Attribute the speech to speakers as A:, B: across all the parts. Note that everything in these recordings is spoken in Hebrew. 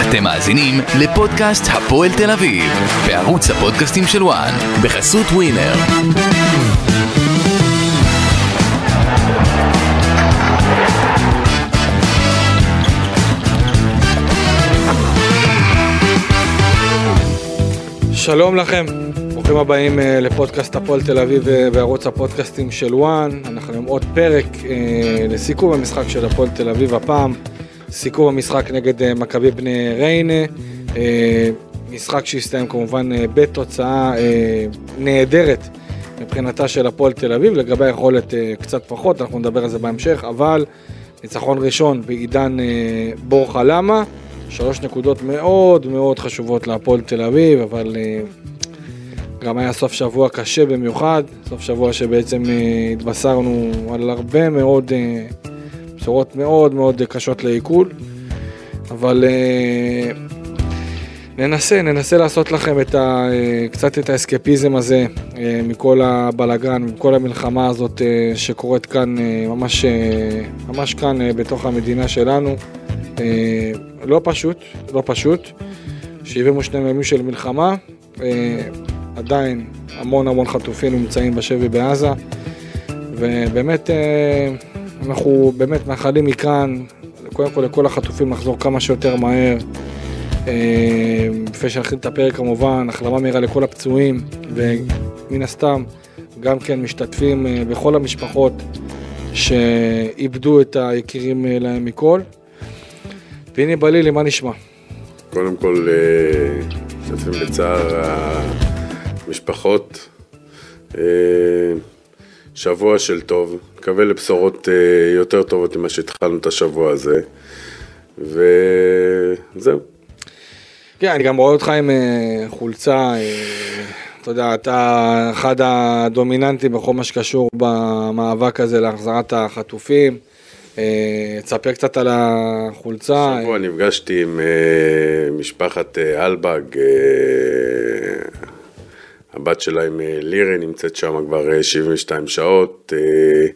A: אתם מאזינים לפודקאסט הפועל תל אביב, בערוץ הפודקאסטים של וואן, בחסות ווינר.
B: שלום לכם, ברוכים הבאים אה, לפודקאסט הפועל תל אביב אה, בערוץ הפודקאסטים של וואן. אנחנו עם עוד פרק אה, לסיכום המשחק של הפועל תל אביב הפעם, סיכום המשחק נגד אה, מכבי בני ריינה, אה, משחק שהסתיים כמובן אה, בתוצאה אה, נהדרת מבחינתה של הפועל תל אביב, לגבי היכולת אה, קצת פחות, אנחנו נדבר על זה בהמשך, אבל ניצחון ראשון בעידן אה, בורחה למה, שלוש נקודות מאוד מאוד חשובות להפועל תל אביב, אבל אה, גם היה סוף שבוע קשה במיוחד, סוף שבוע שבעצם אה, התבשרנו על הרבה מאוד אה, בשורות מאוד מאוד אה, קשות לעיכול, אבל אה, ננסה, ננסה לעשות לכם את ה, אה, קצת את האסקפיזם הזה אה, מכל הבלגן, מכל המלחמה הזאת אה, שקורית כאן, אה, ממש, אה, ממש כאן אה, בתוך המדינה שלנו. אה, לא פשוט, לא פשוט. 72 ימים של מלחמה, אה, עדיין המון המון חטופים נמצאים בשבי בעזה, ובאמת אה, אנחנו באמת מאחלים מכאן, קודם כל לכל החטופים לחזור כמה שיותר מהר. אה, לפני שנתחיל את הפרק כמובן, החלמה מהירה לכל הפצועים, ומן הסתם גם כן משתתפים אה, בכל המשפחות שאיבדו את היקירים אה, להם מכל. פיני בלילי, מה נשמע?
C: קודם כל, אה, משתתפים בצער המשפחות. אה, שבוע של טוב, מקווה לבשורות אה, יותר טובות ממה שהתחלנו את השבוע הזה. וזהו.
B: כן, אני גם רואה אותך עם אה, חולצה, אה, אתה יודע, אתה אחד הדומיננטים בכל מה שקשור במאבק הזה להחזרת החטופים. אה, תספר קצת על החולצה. אה,
C: השבוע נפגשתי עם אה, משפחת אה, אלבג, אה, הבת שלהם אה, לירי נמצאת שם כבר אה, 72 שעות, אה,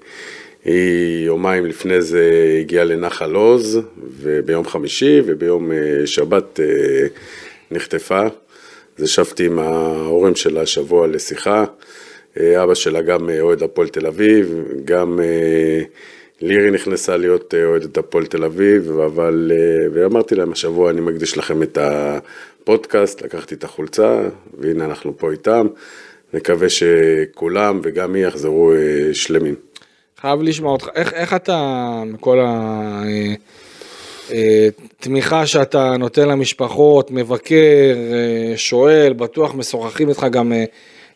C: היא יומיים לפני זה הגיעה לנחל עוז, וביום חמישי וביום אה, שבת אה, נחטפה. אז ישבתי עם ההורים שלה השבוע לשיחה, אה, אבא שלה גם אה, אוהד הפועל תל אביב, גם אה, לירי נכנסה להיות אה, אוהדת הפועל תל אביב, אבל, אה, ואמרתי להם, השבוע אני מקדיש לכם את הפודקאסט, לקחתי את החולצה, והנה אנחנו פה איתם. נקווה שכולם וגם היא יחזרו אה, שלמים.
B: חייב לשמוע אותך. איך, איך אתה, מכל התמיכה אה, שאתה נותן למשפחות, מבקר, אה, שואל, בטוח משוחחים איתך גם אה,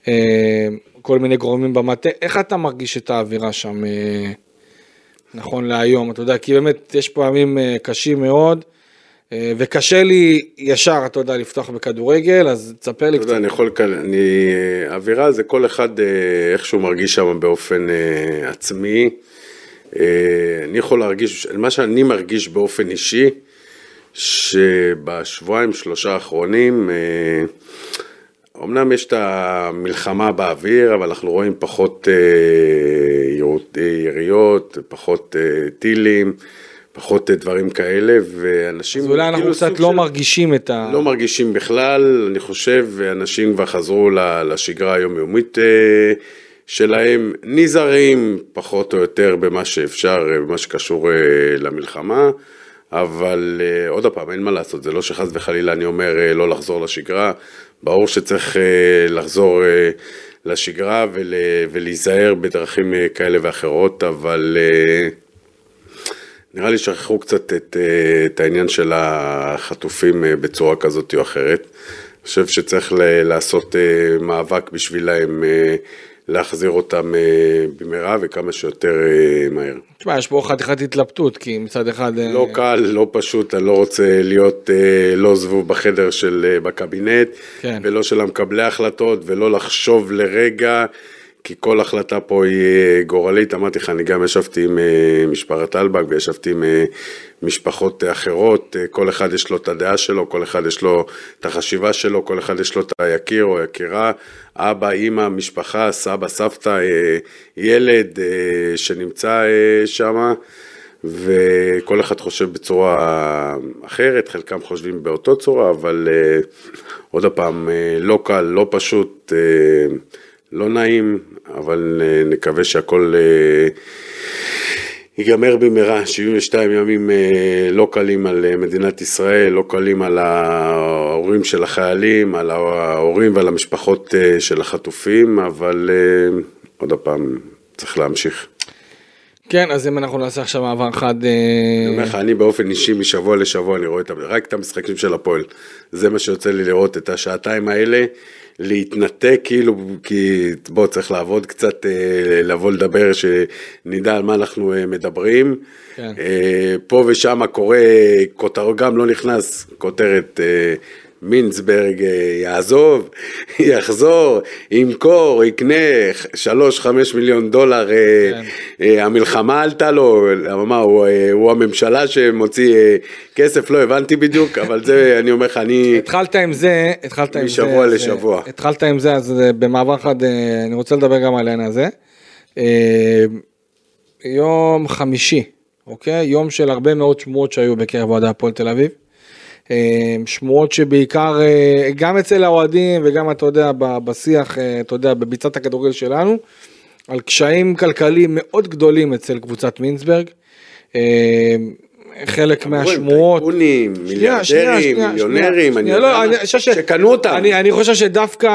B: אה, כל מיני גורמים במטה, איך אתה מרגיש את האווירה שם אה, נכון להיום? אתה יודע, כי באמת יש פה ימים אה, קשים מאוד. אה, וקשה לי ישר, אתה יודע, לפתוח בכדורגל, אז תספר לי
C: אתה
B: קצת.
C: לא יודע, אני יכול, לקל- אני, אה, אווירה זה כל אחד אה, איך שהוא מרגיש שם באופן אה, עצמי. אה, אני יכול להרגיש, מה שאני מרגיש באופן אישי, שבשבועיים שלושה האחרונים, אה, אמנם יש את המלחמה באוויר, אבל אנחנו רואים פחות אה, ירות- אה, יריות, פחות אה, טילים, פחות אה, דברים כאלה, ואנשים...
B: אז אולי אנחנו
C: כאילו
B: קצת
C: סוג
B: לא
C: של-
B: מרגישים את ה...
C: לא מרגישים בכלל, אני חושב, אנשים כבר חזרו ל- לשגרה היומיומית אה, שלהם, נזהרים פחות או יותר במה שאפשר, אה, במה שקשור אה, למלחמה, אבל אה, עוד פעם, אין מה לעשות, זה לא שחס וחלילה אני אומר אה, לא לחזור לשגרה, ברור שצריך אה, לחזור אה, לשגרה ול, ולהיזהר בדרכים אה, כאלה ואחרות, אבל... אה, נראה לי שכחו קצת את, אה, את העניין של החטופים אה, בצורה כזאת או אחרת. אני חושב שצריך ל- לעשות אה, מאבק בשבילהם אה, להחזיר אותם אה, במהרה וכמה שיותר אה, מהר.
B: תשמע, יש פה חתיכת התלבטות, כי מצד אחד... אה,
C: לא קל, לא פשוט, אני לא רוצה להיות אה, לא זבוב בחדר של, אה, בקבינט,
B: כן.
C: ולא של המקבלי ההחלטות, ולא לחשוב לרגע, כי כל החלטה פה היא אה, גורלית. אמרתי לך, אני גם ישבתי עם אה, משפחת אלבג וישבתי עם אה, משפחות אה, אחרות, אה, כל אחד יש לו את הדעה שלו, כל אחד יש לו את החשיבה שלו, כל אחד יש לו את היקיר או יקירה, אבא, אימא, אה, משפחה, סבא, סבתא, אה, ילד אה, שנמצא שם. וכל אחד חושב בצורה אחרת, חלקם חושבים באותו צורה, אבל אה, עוד פעם, אה, לא קל, לא פשוט, אה, לא נעים, אבל אה, נקווה שהכל אה, ייגמר במהרה. 72 ימים אה, לא קלים על אה, מדינת ישראל, לא קלים על ההורים של החיילים, על ההורים ועל המשפחות אה, של החטופים, אבל אה, עוד פעם, צריך להמשיך.
B: כן, אז אם אנחנו נעשה עכשיו מעבר חד... אה,
C: אני אומר לך, אני באופן אישי משבוע לשבוע אני רואה את, ה- רק את המשחקים של הפועל. זה מה שיוצא לי לראות, את השעתיים האלה, להתנתק כאילו, כי בוא, צריך לעבוד קצת, אה, לבוא לדבר, שנדע על מה אנחנו אה, מדברים.
B: כן.
C: אה, פה ושם קורה, כותר, גם לא נכנס, כותרת. אה, מינסברג אה, יעזוב, יחזור, ימכור, יקנה 3-5 מיליון דולר, אה,
B: כן.
C: אה, המלחמה עלתה לו, למה מה, הוא, אה, הוא הממשלה שמוציא אה, כסף, לא הבנתי בדיוק, אבל זה, אני אומר לך, אני...
B: התחלת עם זה, התחלת עם זה,
C: משבוע
B: אז,
C: לשבוע.
B: אה, התחלת עם זה, אז אה, במעבר חד, אה, אני רוצה לדבר גם על העניין הזה. אה, יום חמישי, אוקיי? יום של הרבה מאוד שמועות שהיו בקרב אוהדי הפועל תל אביב. אה, שמועות שבעיקר, אה, גם אצל האוהדים וגם, אתה יודע, ב- בשיח, אה, אתה יודע, בביצת הכדורגל שלנו, על קשיים כלכליים מאוד גדולים אצל קבוצת מינסברג. אה, חלק מהשמועות,
C: טייקונים,
B: שנייה, שנייה,
C: מיליארדרים,
B: שנייה,
C: מיליונרים,
B: שנייה,
C: אני
B: שנייה, לא,
C: יודע
B: אני
C: מה,
B: חושב ש-
C: שקנו אותם.
B: אני, אני חושב שדווקא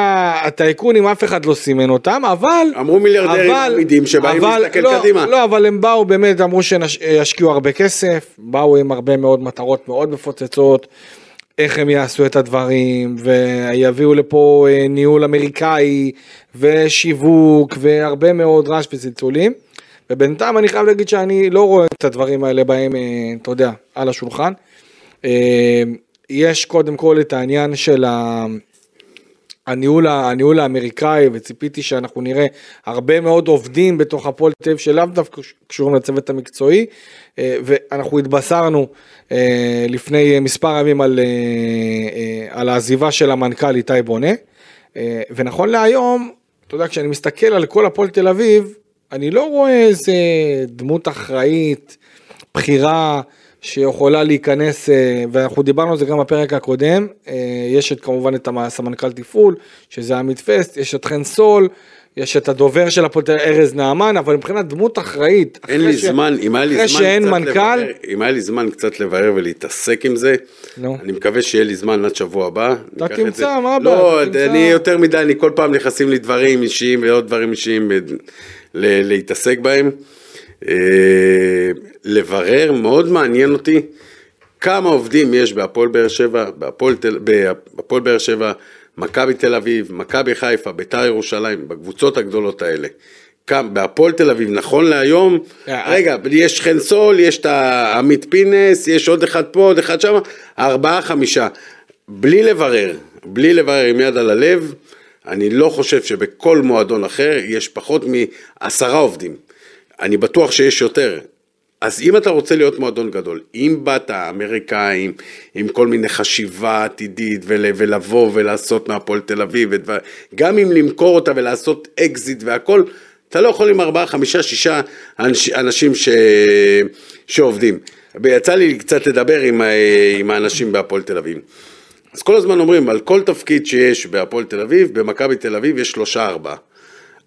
B: הטייקונים, אף אחד לא סימן אותם, אבל...
C: אמרו מיליארדרים
B: אבל-
C: עמידים שבאים
B: אבל-
C: להסתכל
B: לא,
C: קדימה.
B: לא, אבל הם באו באמת, אמרו שישקיעו הרבה כסף, באו עם הרבה מאוד מטרות מאוד מפוצצות, איך הם יעשו את הדברים, ויביאו לפה אה, ניהול אמריקאי, ושיווק, והרבה מאוד רעש וצלצולים. ובינתיים אני חייב להגיד שאני לא רואה את הדברים האלה בהם, אה, אתה יודע, על השולחן. אה, יש קודם כל את העניין של ה... הניהול, ה- הניהול האמריקאי, וציפיתי שאנחנו נראה הרבה מאוד עובדים בתוך הפועל תל אביב שלאו דווקא ש- קשורים לצוות המקצועי, אה, ואנחנו התבשרנו אה, לפני אה, מספר ימים על, אה, אה, על העזיבה של המנכ"ל איתי בונה, אה, ונכון להיום, אתה יודע, כשאני מסתכל על כל הפועל תל אביב, אני לא רואה איזה דמות אחראית, בחירה שיכולה להיכנס, אה, ואנחנו דיברנו על זה גם בפרק הקודם, אה, יש את כמובן את המ- הסמנכ"ל תפעול, שזה עמית פסט, יש את חן סול, יש את הדובר של הפולטר ארז נעמן, אבל מבחינת דמות אחראית,
C: אין
B: אחרי
C: לי
B: ש-
C: זמן, אם היה לי
B: אחרי
C: זמן
B: שאין
C: קצת
B: מנכ"ל,
C: לברר- אם היה לי זמן קצת לברר ולהתעסק עם זה,
B: נו.
C: אני מקווה שיהיה לי זמן עד שבוע הבא. ניקח את
B: תמצא,
C: זה.
B: מה הבעיה?
C: לא,
B: תמצא.
C: אני יותר מדי, אני כל פעם נכנסים לי דברים אישיים ועוד דברים אישיים ב- ל- להתעסק בהם. אה, לברר, מאוד מעניין אותי כמה עובדים יש בהפועל באר שבע, בהפועל תל- בהפועל באר שבע, מכבי תל אביב, מכבי חיפה, ביתר ירושלים, בקבוצות הגדולות האלה. כאן, בהפועל תל אביב, נכון להיום,
B: אה,
C: רגע, יש חן סול, יש את עמית פינס, יש עוד אחד פה, עוד אחד שם, ארבעה, חמישה. בלי לברר, בלי לברר עם יד על הלב, אני לא חושב שבכל מועדון אחר יש פחות מעשרה עובדים. אני בטוח שיש יותר. אז אם אתה רוצה להיות מועדון גדול, אם באת אמריקאים, עם כל מיני חשיבה עתידית, ול, ולבוא ולעשות מהפועל תל אביב, ודבר, גם אם למכור אותה ולעשות אקזיט והכל, אתה לא יכול עם ארבעה, חמישה, שישה אנש, אנשים ש... שעובדים. ויצא לי קצת לדבר עם, ה- עם האנשים בהפועל תל אביב. אז כל הזמן אומרים, על כל תפקיד שיש בהפועל תל אביב, במכבי תל אביב יש שלושה ארבעה.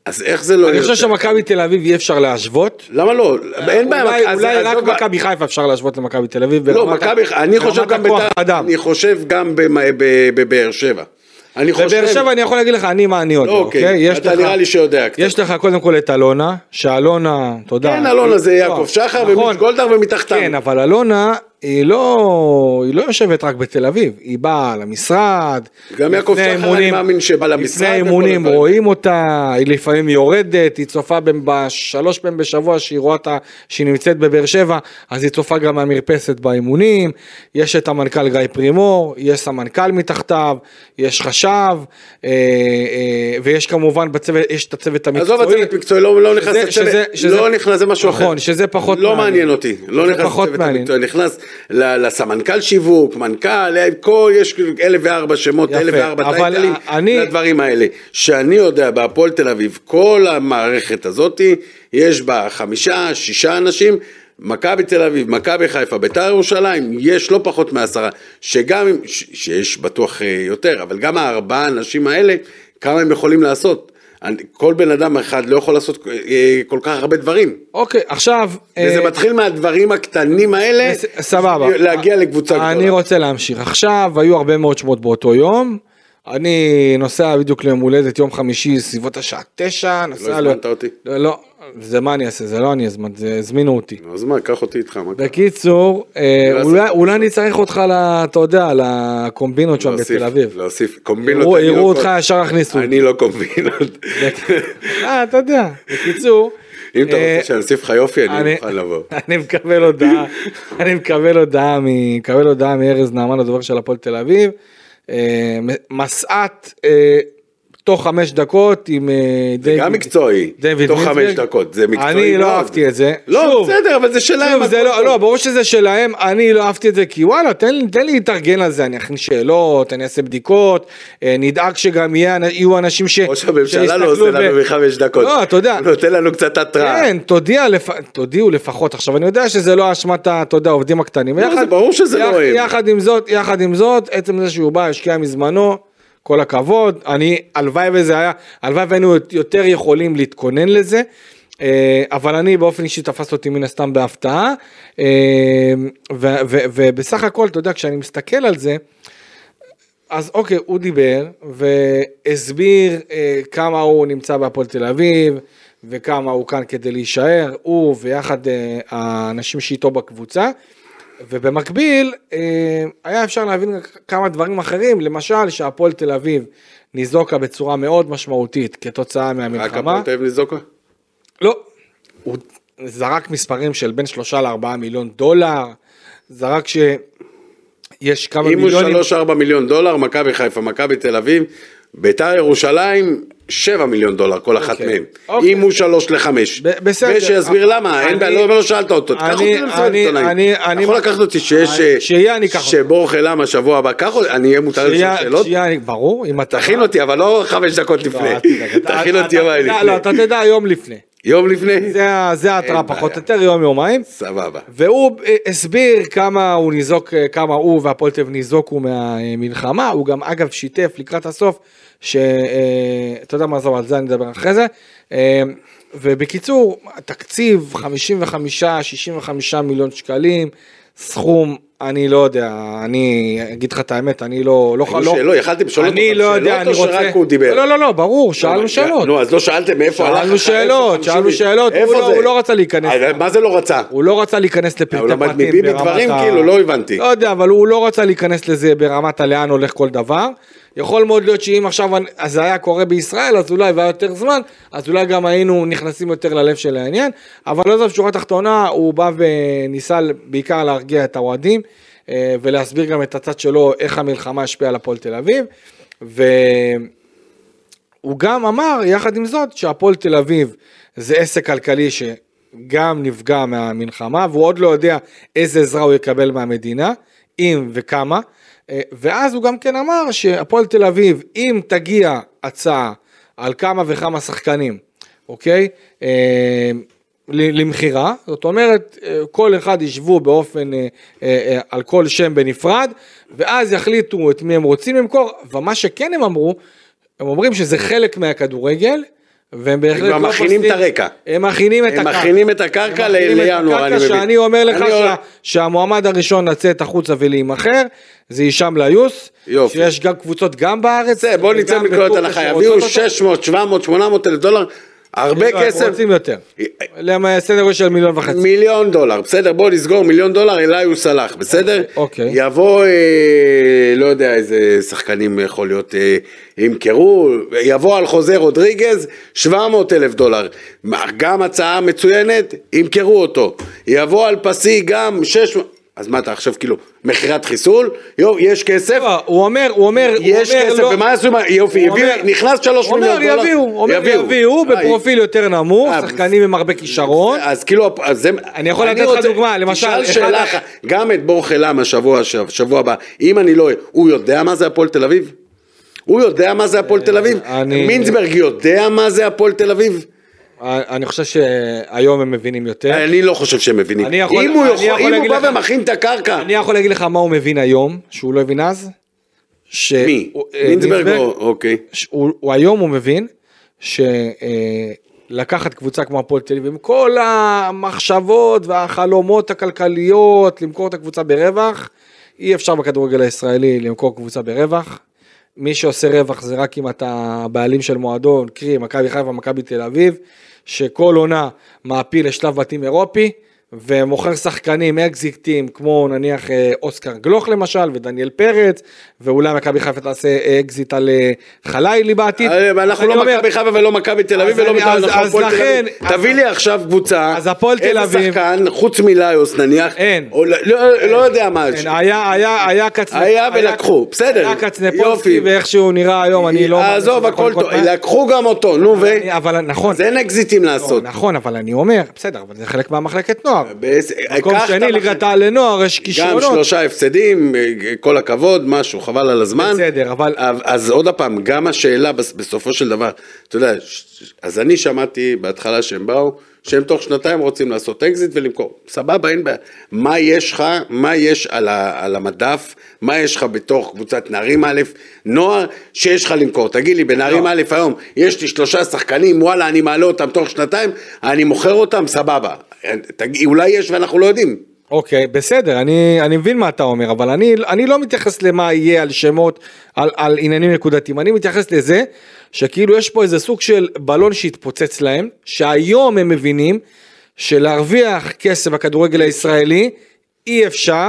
C: אז איך זה לא...
B: אני חושב
C: יותר?
B: שמכבי תל אביב אי אפשר להשוות.
C: למה לא? אין בעיה.
B: אולי,
C: אז-
B: אולי
C: אז
B: רק
C: לא בע-
B: מכבי חיפה אפשר להשוות למכבי תל אביב.
C: לא,
B: ברמת ה-
C: מכבי, אני חושב
B: ברמת
C: גם
B: הכוח
C: בית"ר,
B: אדם.
C: אני חושב גם במ- אה, ב- בבאר שבע. אני חושב,
B: בבאר שבע אני יכול להגיד לך, אני מה אני יודע,
C: לא, אוקיי.
B: אוקיי? יש
C: אתה
B: לך-
C: נראה לי שיודע קצת.
B: יש לך קודם כל את אלונה, שאלונה, תודה.
C: כן, אלונה זה יעקב שחר ומיץ' גולדהר ומתחתם.
B: נכון. כן, אבל אלונה, היא לא, היא לא יושבת רק בתל אביב, היא באה למשרד.
C: גם יעקב
B: לפני
C: שחר, אני
B: האימונים-
C: מאמין שבא למשרד
B: לפני
C: וכל
B: האימונים
C: הדברים.
B: רואים אותה, היא לפעמים יורדת, היא צופה ב- בשלוש פעמים בשבוע שהיא רואה אותה, שהיא נמצאת בבאר שבע, אז היא צופה גם מהמרפסת באימונים, יש את המנכ"ל גיא פרימור, יש סמנכ"ל מתחתיו, יש חשב, אה, אה, ויש כמובן בצוות, יש את הצוות המקצועי.
C: עזוב הצוות מקצועי, לא לא נכנס
B: שזה- שזה-
C: לצוות,
B: שזה-
C: לא נכנס, זה משהו אחר.
B: נכון, שזה פחות
C: לא
B: מעניין.
C: מעניין אותי, לא
B: זה
C: נכנס
B: פחות
C: לצוות
B: מעניין.
C: המקצועי, נכנס ל- לסמנכ"ל שיווק, מנכ"ל, כל, יש אלף וארבע שמות,
B: יפה,
C: אלף וארבע
B: אבל
C: טייטלים,
B: אני-
C: לדברים האלה. שאני יודע, בהפועל תל אביב, כל המערכת הזאתי, יש בה חמישה, שישה אנשים. מכבי תל אביב, מכבי חיפה, ביתר ירושלים, יש לא פחות מעשרה, שגם, אם- ש- שיש בטוח אה, יותר, אבל גם הארבעה האנשים האלה, כמה הם יכולים לעשות. אני- כל בן אדם אחד לא יכול לעשות אה, כל כך הרבה דברים.
B: אוקיי, עכשיו...
C: וזה
B: אה,
C: מתחיל מהדברים הקטנים האלה,
B: אה, ס- סבבה. אה,
C: להגיע לקבוצה גדולה.
B: אני רוצה להמשיך. עכשיו, היו הרבה מאוד שמות באותו יום. אני נוסע בדיוק ליום הולדת, יום חמישי, סביבות השעה תשע, נוסע...
C: לא
B: ל-
C: הזמנת אותי.
B: לא, לא, זה מה אני אעשה, זה לא אני אזמן, זה הזמינו אותי.
C: נו, אז מה, קח אותי איתך, מה קרה?
B: בקיצור, אה,
C: לא
B: אולי-
C: עשיתי.
B: אולי אני צריך אותך, ל- אתה יודע, לקומבינות שם
C: להוסיף,
B: בתל אביב.
C: להוסיף, קומבינות.
B: יראו-
C: אני לא
B: יראו אותך,
C: קומ-
B: ישר יכניסו.
C: אני לא קומבינות.
B: אה, אתה יודע. בקיצור,
C: אם אתה
B: אה,
C: רוצה שאני אוסיף לך יופי, אני
B: אני-
C: מוכן לבוא.
B: אני מקבל הודעה, אני מקבל הודעה, מ- מקבל הודעה מארז נעמן, הדובר של הפועל תל אביב, אה, מ- מסעת אה, תוך חמש דקות עם אה, דיוויד.
C: גם מקצועי,
B: דיוויד
C: תוך חמש
B: ויצברג.
C: דקות, זה מקצועי
B: אני לא
C: מאוד.
B: אהבתי את זה.
C: לא,
B: שוב,
C: בסדר, אבל זה שלהם.
B: שוב, זה
C: הכל
B: לא,
C: טוב.
B: לא, ברור שזה שלהם, אני לא אהבתי את זה, כי וואלה, תן, לי- תן לי להתארגן על זה, אני אכין שאלות, אני אעשה בדיקות, אה, נדאג שגם יהיה, יהיו אנשים ש...
C: ראש הממשלה לא
B: שיסתכלו
C: עושה
B: ב-
C: לנו מחמש דקות.
B: לא, אתה יודע.
C: הוא נותן לנו קצת התראה.
B: כן, תודיע, לפ... תודיעו לפחות. עכשיו, אני יודע שזה לא אשמת, ה- אתה יודע, העובדים הקטנים.
C: לא, זה ברור שזה לא הם.
B: יחד עם זאת, יחד עם זאת, עצם זה שהוא בא, השקיע מזמנו, כל הכבוד. אני, הלוואי וזה היה, הלוואי והיינו יותר יכולים להתכונן לזה. אה, אבל אני באופן אישי תפס אותי מן הסתם בהפתעה. אה, ו- ו- ובסך הכל, אתה יודע, כשאני מסתכל על זה, אז אוקיי, הוא דיבר והסביר אה, כמה הוא נמצא בהפועל תל אביב וכמה הוא כאן כדי להישאר, הוא ויחד אה, האנשים שאיתו בקבוצה. ובמקביל, אה, היה אפשר להבין כמה דברים אחרים, למשל שהפועל תל אביב ניזוקה בצורה מאוד משמעותית כתוצאה
C: רק
B: מהמלחמה.
C: הפועל תל אביב ניזוקה?
B: לא. הוא זרק מספרים של בין שלושה לארבעה מיליון דולר, זרק שיש כמה
C: אם הוא
B: מיליונים.
C: 3-4 מיליון דולר, מכבי חיפה, מכבי תל אביב, ביתר ירושלים, 7 מיליון דולר כל אחת
B: אוקיי.
C: מהם.
B: אוקיי.
C: אם הוא 3 ל-5.
B: ב- בסדר.
C: ושיסביר למה, אין
B: אני-
C: בעיה, לא- לא שאלת אותו. תיקח
B: אני-
C: אותי למסיבת
B: אני- אני-
C: עיתונאים. אתה
B: אני-
C: יכול לקחת אותי שיש... אה,
B: אני- שיהיה, אני אקח אותי.
C: שברוך אלעם השבוע הבא, קח אותי, אני אהיה מותר לשאול
B: שנייה,
C: שאלות?
B: שנייה, ברור, אם אתה...
C: תכין אותי, אבל לא חמש דקות לפני.
B: לא, אל תדאג, אתה-
C: תכין
B: אתה-
C: אותי יומיים
B: אתה- לא, אתה
C: לפני.
B: תדע יום לפני.
C: יום לפני?
B: זה ה- זה ההתראה
C: אין
B: פחות או
C: בעיה.
B: יותר, יום יומיים.
C: סבבה.
B: והוא אה, הסביר כמה הוא ניזוק, אה, כמה הוא והפועל תל אביב ניזוקו מהמלחמה, הוא גם אגב שיתף לקראת הסוף, שאתה יודע מה עזוב, על זה אני אדבר אחרי זה. אה, ובקיצור, תקציב 55-65 מיליון שקלים, סכום, אני לא יודע, אני אגיד לך את האמת, אני לא... לא
C: היו שאלות, יכלתם לשאול אותו
B: אני
C: גם
B: לא
C: שאלות
B: יודע, אני
C: או
B: רוצה...
C: שרק הוא דיבר?
B: לא, לא, לא, ברור, שאלנו שאלות.
C: נו, אז לא שאלתם מאיפה הלך...
B: שאלנו
C: לך
B: שאלות,
C: 1,050
B: שאלנו שאלות, הוא
C: איפה
B: לא-
C: זה?
B: הוא לא רצה להיכנס.
C: אה, מה זה לא רצה?
B: הוא לא רצה להיכנס לפרטי
C: הוא
B: פרטים.
C: למד מביבי
B: ברמת
C: דברים? כאילו, לא הבנתי.
B: לא יודע, אבל הוא לא רצה להיכנס לזה ברמת הלאן הולך כל דבר. יכול מאוד להיות שאם עכשיו אני- אז זה היה קורה בישראל, אז אולי והיה יותר זמן, אז אולי גם היינו נכנסים יותר ללב של העניין. אבל לא זאת שורה תחתונה, הוא בא וניסה בעיקר להרגיע את האוהדים, אה, ולהסביר גם את הצד שלו, איך המלחמה השפיעה על הפועל תל אביב. ו... הוא גם אמר, יחד עם זאת, שהפועל תל אביב זה עסק כלכלי שגם נפגע מהמלחמה, והוא עוד לא יודע איזה עזרה הוא יקבל מהמדינה, אם וכמה. אה, ואז הוא גם כן אמר שהפועל תל אביב, אם תגיע הצעה על כמה וכמה שחקנים, אוקיי? אה, ל- למכירה, זאת אומרת אה, כל אחד ישבו באופן, אה, אה, אה, על כל שם בנפרד ואז יחליטו את מי הם רוצים למכור ומה שכן הם אמרו הם אומרים שזה חלק מהכדורגל, והם בהחלט
C: כבר
B: לא
C: מכינים
B: פוסלים-
C: את הרקע.
B: הם מכינים את
C: הם
B: הקרקע.
C: מכינים את הקרקע
B: הם מכינים את
C: לינואר,
B: הקרקע
C: אני מבין.
B: שאני אומר לך
C: אני
B: שה-
C: אומר-
B: שהמועמד הראשון לצאת החוצה ולהימכר, זה הישאם ליוס.
C: יופי.
B: שיש גם קבוצות גם בארץ.
C: זה, בוא נצא
B: וגם
C: מנקודת
B: בטורקיה
C: הנחה,
B: שרוצות
C: יביאו
B: אותו.
C: 600, 700, 800 אלף דולר, הרבה
B: לא, הם
C: כסף,
B: רוצים יותר. למה סדר גודל של מיליון וחצי.
C: מיליון דולר, בסדר? בוא נסגור מיליון דולר, אליי הוא סלח, בסדר?
B: אוקיי.
C: יבוא, אה, לא יודע איזה שחקנים יכול להיות, אה, ימכרו, יבוא על חוזה רודריגז, 700 אלף דולר. מה, גם הצעה מצוינת, ימכרו אותו. יבוא על פסי גם 600... אז מה אתה עכשיו כאילו, מכירת חיסול? יו, יש כסף?
B: לא, הוא אומר, הוא אומר, הוא
C: יש
B: אומר
C: כסף,
B: לא-
C: ומה עשו עם ה... יופי,
B: הוא
C: הביא-
B: אומר-
C: נכנס שלוש
B: הוא
C: מיליון דולר.
B: אומר יביאו, הוא אומר יביאו,
C: אה,
B: בפרופיל יותר נמוך,
C: אה,
B: שחקנים עם הרבה כישרון.
C: אז כאילו, אז זה...
B: נכון? אני יכול לתת לך
C: רוצה-
B: דוגמה, למשל,
C: תשאל
B: אחד-
C: שאלה אחת, גם את בורחל למה שבוע, שב- שבוע הבא, אם אני לא... הוא יודע מה זה הפועל תל אביב? הוא יודע מה זה הפועל תל אביב?
B: אה, אני-
C: מינצברג יודע מה זה הפועל תל אביב?
B: אה, אני חושב שהיום הם מבינים יותר.
C: אני לא חושב שהם מבינים.
B: אני יכול-
C: אם הוא
B: אני
C: יכול-
B: יכול
C: אם הוא
B: להגיד
C: בא
B: לך-
C: ומכין את הקרקע,
B: אני יכול להגיד לך מה הוא מבין היום, שהוא לא הבין אז. ש...
C: מי?
B: הוא- אה,
C: לינדסברג או... אוקיי.
B: שהוא, הוא היום הוא מבין שלקחת קבוצה כמו הפועל תל אביב עם כל המחשבות והחלומות הכלכליות למכור את הקבוצה ברווח, אי אפשר בכדורגל הישראלי למכור קבוצה ברווח. מי שעושה רווח זה רק אם אתה בעלים של מועדון, קרי מכבי חיפה, מכבי תל אביב, שכל עונה מעפיל לשלב בתים אירופי. ומוכר שחקנים אקזיטים כמו נניח אה, אוסקר גלוך למשל ודניאל פרץ ואולי מכבי חיפה תעשה אקזיט על אה, חלילי בעתיד.
C: אנחנו
B: אז אני
C: לא
B: אומר,
C: מכבי חיפה ולא מכבי תל אביב
B: אז
C: ולא
B: אני-
C: מכבי
B: אז-
C: אנחנו
B: אז
C: הפועל תל אביב.
B: לכן-
C: תביא
B: אז-
C: לי עכשיו קבוצה,
B: אז הפועל תל
C: איזה
B: אביב-
C: שחקן, חוץ מליוס נניח,
B: אין.
C: או לא- לא לא יודע מה,
B: כן, היה, היה, היה קצנ...
C: היה ולקחו, בסדר,
B: היה קצנפולסקי
C: יופי. אה,
B: ואיך שהוא נראה היום, אני לא... מאמין
C: עזוב
B: שזה יכול
C: הכל
B: לקרות
C: טוב,
B: מהר.
C: לקחו גם אותו, נו ו...
B: אני- אבל נכון,
C: אז אין אקזיטים לעשות. אה,
B: נכון, אבל אני אומר, בסדר, אבל זה חלק מהמחלקת נוער.
C: באיזה-
B: מקום
C: קח את
B: שני,
C: המחנה-
B: ליגת העל לנוער, יש
C: גם
B: כישרונות.
C: שלושה הפסדים, אה, כל הכבוד, משהו, חבל על הזמן.
B: בסדר, אבל-
C: אז אז עוד פעם, גם השאלה בס- בסופו של דבר, אתה יודע, ש- אז אני שמעתי בהתחלה שהם באו, שהם תוך שנתיים רוצים לעשות אקזיט ולמכור. סבבה, אין בעיה. מה יש לך, מה יש על, ה, על המדף, מה יש לך בתוך קבוצת נערים א', נוער, שיש לך למכור. תגיד לי,
B: לא.
C: בנערים א' היום, יש לי שלושה שחקנים, וואלה, אני מעלה אותם תוך שנתיים, אני מוכר אותם, סבבה. אה, תגיד, אולי יש ואנחנו לא יודעים.
B: אוקיי, בסדר, אני, אני מבין מה אתה אומר, אבל אני, אני לא מתייחס למה יהיה על שמות, על, על עניינים נקודתיים, אני מתייחס לזה שכאילו יש פה איזה סוג של בלון שהתפוצץ להם, שהיום הם מבינים שלהרוויח כסף בכדורגל הישראלי אי אפשר,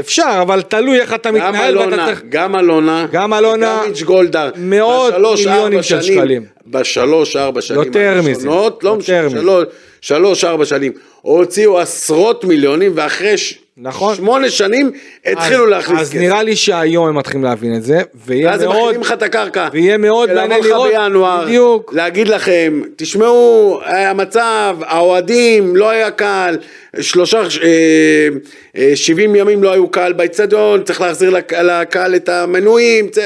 B: אפשר, אבל תלוי איך אתה
C: גם
B: מתנהל ואתה
C: אלונה,
B: צריך...
C: גם אלונה,
B: גם אלונה,
C: גם מיץ' גולדהר,
B: מאות
C: בשלוש, ארבע
B: מיליונים של
C: שנים-
B: שקלים.
C: בשלוש ארבע שנים
B: יותר מזה,
C: הראשונות, לא
B: יותר
C: משנה,
B: מזה.
C: שלוש- שלוש ארבע שנים, הוציאו עשרות מיליונים ואחרי ש-
B: נכון.
C: שמונה שנים התחילו
B: אז-
C: להכניס
B: אז
C: כסף.
B: נראה לי שהיום הם מתחילים להבין את זה, ויהיה
C: ואז הם
B: מאוד...
C: מכינים לך את הקרקע.
B: ויהיה מאוד
C: לבוא
B: מעניין
C: לך
B: לראות,
C: בינואר,
B: בדיוק.
C: להגיד לכם, תשמעו, אה, המצב, האוהדים, לא היה קל, שלושה, אה, אה, 70 ימים לא היו קל באצטדיון, צריך להחזיר לק- לקהל את המנויים, צ-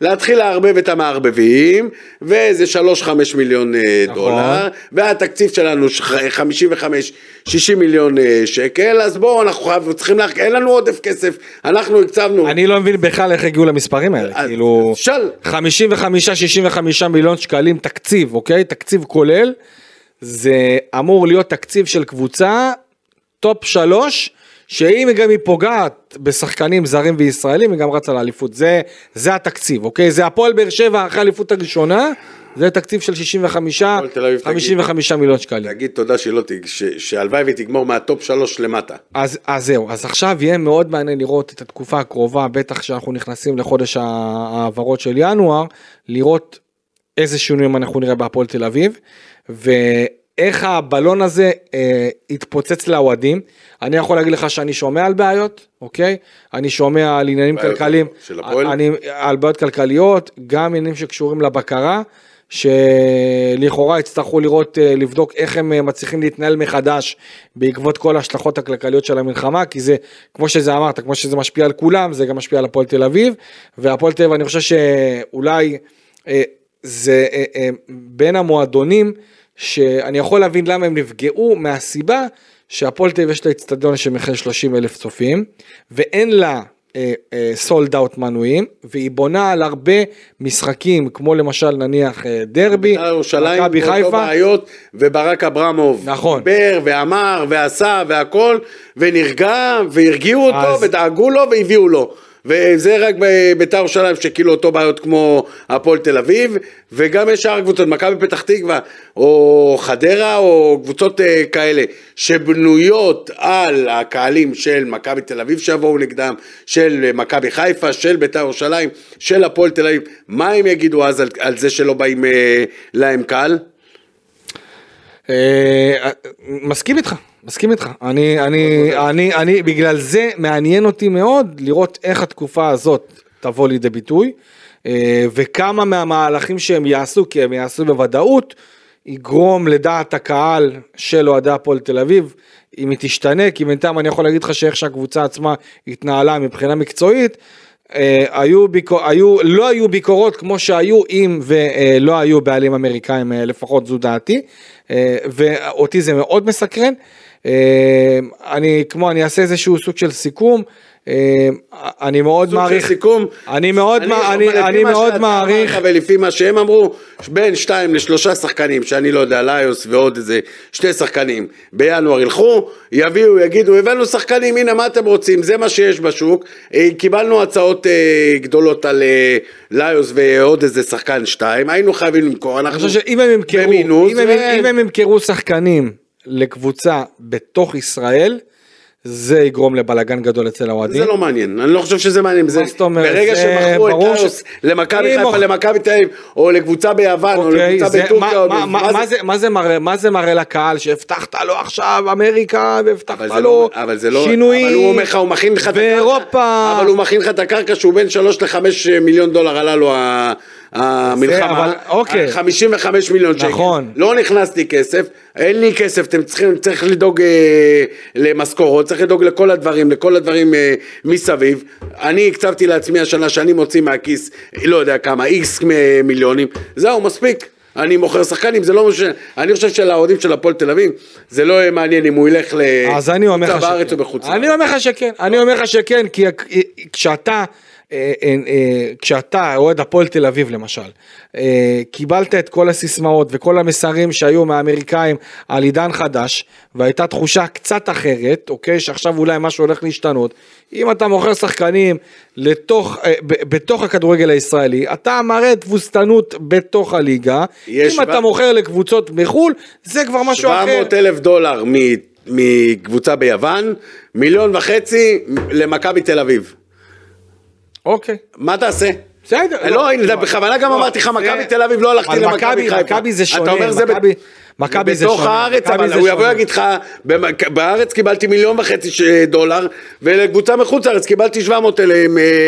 C: להתחיל לערבב את המערבבים, ואיזה 3-5 מיליון אה,
B: נכון.
C: דולר, והתקציב שלנו ש- אה, 55-60 מיליון אה, שקל, אז בואו, אנחנו חייב- צריכים, לה... אין לנו עודף כסף, אנחנו הקצבנו.
B: אני לא מבין בכלל איך הגיעו למספרים האלה,
C: אז-
B: כאילו...
C: שאל.
B: 55-65 מיליון שקלים תקציב, אוקיי? תקציב כולל. זה אמור להיות תקציב של קבוצה טופ שלוש, שאם היא גם היא פוגעת בשחקנים זרים וישראלים, היא גם רצה לאליפות. זה, זה התקציב, אוקיי? זה הפועל באר שבע אחרי האליפות הראשונה, זה תקציב של 65,
C: הפועל תל אביב, תגיד.
B: 55 מיליון שקלים.
C: להגיד תודה שהיא לא תג... ש... שהלוואי והיא תגמור מהטופ שלוש למטה.
B: אז, אז זהו, אז עכשיו יהיה מאוד מעניין לראות את התקופה הקרובה, בטח שאנחנו נכנסים לחודש ה- ההעברות של ינואר, לראות איזה שינויים אנחנו נראה בהפועל תל אביב, ואיך הבלון הזה אה, יתפוצץ לאוהדים. אני יכול להגיד לך שאני שומע על בעיות, אוקיי? אני שומע על עניינים
C: בעיות
B: כלכליים,
C: של הפועל?
B: אני, על בעיות כלכליות, גם עניינים שקשורים לבקרה. שלכאורה יצטרכו לראות, אה, לבדוק איך הם אה, מצליחים להתנהל מחדש בעקבות כל ההשלכות הכלכליות של המלחמה, כי זה, כמו שזה אמרת, כמו שזה משפיע על כולם, זה גם משפיע על הפועל תל אביב, והפועל תל אביב, אני חושב שאולי אה, זה אה, אה, בין המועדונים, שאני יכול להבין למה הם נפגעו, מהסיבה שהפועל תל אביב יש לה אצטדיון שמכיל 30 אלף צופים, ואין לה אה, סולד אאוט מנויים, והיא בונה על הרבה משחקים, כמו למשל נניח אה, דרבי,
C: בית"ר ירושלים,
B: מכבי
C: באותו
B: חיפה,
C: בעיות, וברק אברמוב.
B: נכון.
C: דיבר ואמר ועשה והכל, ונרגע, והרגיעו אותו,
B: אז-
C: ודאגו לו והביאו לו. וזה רק בביתר ירושלים שכאילו אותו בעיות כמו הפועל תל אביב וגם יש שאר קבוצות, מכבי פתח תקווה או חדרה או קבוצות אה, כאלה שבנויות על הקהלים של מכבי תל אביב שיבואו נגדם, של אה, מכבי חיפה, של ביתר ירושלים, של הפועל תל אביב, מה הם יגידו אז על, על זה שלא באים אה, להם קהל?
B: אה, מסכים איתך, מסכים איתך. אני, אני, אני, אני, בגלל זה מעניין אותי מאוד לראות איך התקופה הזאת תבוא לידי ביטוי, אה, וכמה מהמהלכים שהם יעשו, כי הם יעשו בוודאות, יגרום לדעת הקהל של אוהדי הפועל תל אביב, אם היא תשתנה, כי בינתיים אני יכול להגיד לך שאיך שהקבוצה עצמה התנהלה מבחינה מקצועית, אה, היו ביקור, היו, לא היו ביקורות כמו שהיו אם ולא היו בעלים אמריקאים, אה, לפחות זו דעתי, אה, ואותי זה מאוד מסקרן. אה, אני, כמו, אני אעשה איזשהו סוג של סיכום. אה, אני מאוד
C: סוג של
B: מעריך,
C: סיכום.
B: אני מאוד, מע- אני,
C: לפי
B: אני
C: מה
B: מאוד
C: שאתה
B: מעריך,
C: אמרת ולפי מה שהם אמרו, בין שתיים לשלושה שחקנים, שאני לא יודע, ליוס ועוד איזה שתי שחקנים, בינואר ילכו, יביאו, יגידו, הבאנו שחקנים, הנה מה אתם רוצים, זה מה שיש בשוק. אה, קיבלנו הצעות אה, גדולות על אה, ליוס ועוד איזה שחקן שתיים, היינו חייבים למכור,
B: אני
C: אנחנו
B: חושב שאם הם ימכרו,
C: במינוס, אה,
B: אם, הם,
C: ו-
B: אם הם ימכרו שחקנים לקבוצה בתוך ישראל, זה יגרום לבלגן גדול אצל האוהדים.
C: זה לא מעניין, אני לא חושב שזה מעניין, זה,
B: זאת אומרת?
C: ברגע
B: זה
C: שמכרו את
B: ברור ש-
C: ליוס למכבי
B: אם
C: חיפה,
B: מוכ-
C: למכבי תל אביב, או לקבוצה ביוון, או
B: אוקיי,
C: לקבוצה
B: זה-
C: בטורקיה,
B: מה- מה-
C: או ב-
B: מה- מה זה- מה זה מראה- מה זה מראה לקהל שהבטחת לו עכשיו אמריקה והבטחת
C: אבל זה לא,
B: לו
C: אבל זה לא,
B: שינויים
C: אבל הוא אומר לך, הוא מכין לך את הקרקע,
B: באירופה.
C: אבל הוא מכין לך את הקרקע שהוא בין 3 ל-5 מיליון דולר עלה לו ה- המלחמה,
B: אבל- אוקיי.
C: 55 מיליון שקל,
B: נכון.
C: לא נכנס לי כסף, אין לי כסף, אתם צריכים, צריך לדאוג אה, למשכורות, צריך לדאוג לכל הדברים, לכל הדברים אה, מסביב, אני הקצבתי לעצמי השנה שאני מוציא מהכיס, לא יודע כמה, איקס מ- מיליונים, זהו, מספיק. אני מוכר שחקנים, זה לא משנה, אני חושב שלאוהדים של הפועל תל אביב, זה לא יהיה מעניין אם הוא ילך ל...
B: אז אני אומר לך
C: נמצא בארץ או
B: שכן.
C: בחוץ
B: אני אומר לך שכן, אני אומר לך שכן, כי הכ- כשאתה, אה, אה, אה, כשאתה אוהד הפועל תל אביב למשל, אה, קיבלת את כל הסיסמאות וכל המסרים שהיו מהאמריקאים על עידן חדש, והייתה תחושה קצת אחרת, אוקיי, שעכשיו אולי משהו הולך להשתנות, אם אתה מוכר שחקנים לתוך, אה, ב- בתוך הכדורגל הישראלי, אתה מראה תבוסתנות בתוך הליגה,
C: יש
B: אם אתה
C: ו-
B: מוכר לקבוצות מחו"ל, זה כבר משהו אחר.
C: 700 אלף דולר מ- מקבוצה ביוון, מיליון וחצי למכבי תל אביב.
B: אוקיי.
C: מה תעשה?
B: בסדר.
C: לא, הנה, בכוונה גם
B: לא,
C: אמרתי לך,
B: זה-
C: מכבי תל אביב, לא הלכתי
B: אבל
C: למכבי חיפה.
B: מכבי זה שונה,
C: אתה אומר זה ב-
B: מכבי- מכבי זה
C: בתוך
B: שונה,
C: הארץ,
B: מכבי
C: אבל
B: זה
C: הוא יבוא
B: שונה.
C: ויגיד לך, "במק- בארץ קיבלתי מיליון וחצי ש- דולר, ולקבוצה מחוץ לארץ קיבלתי 700 אלף-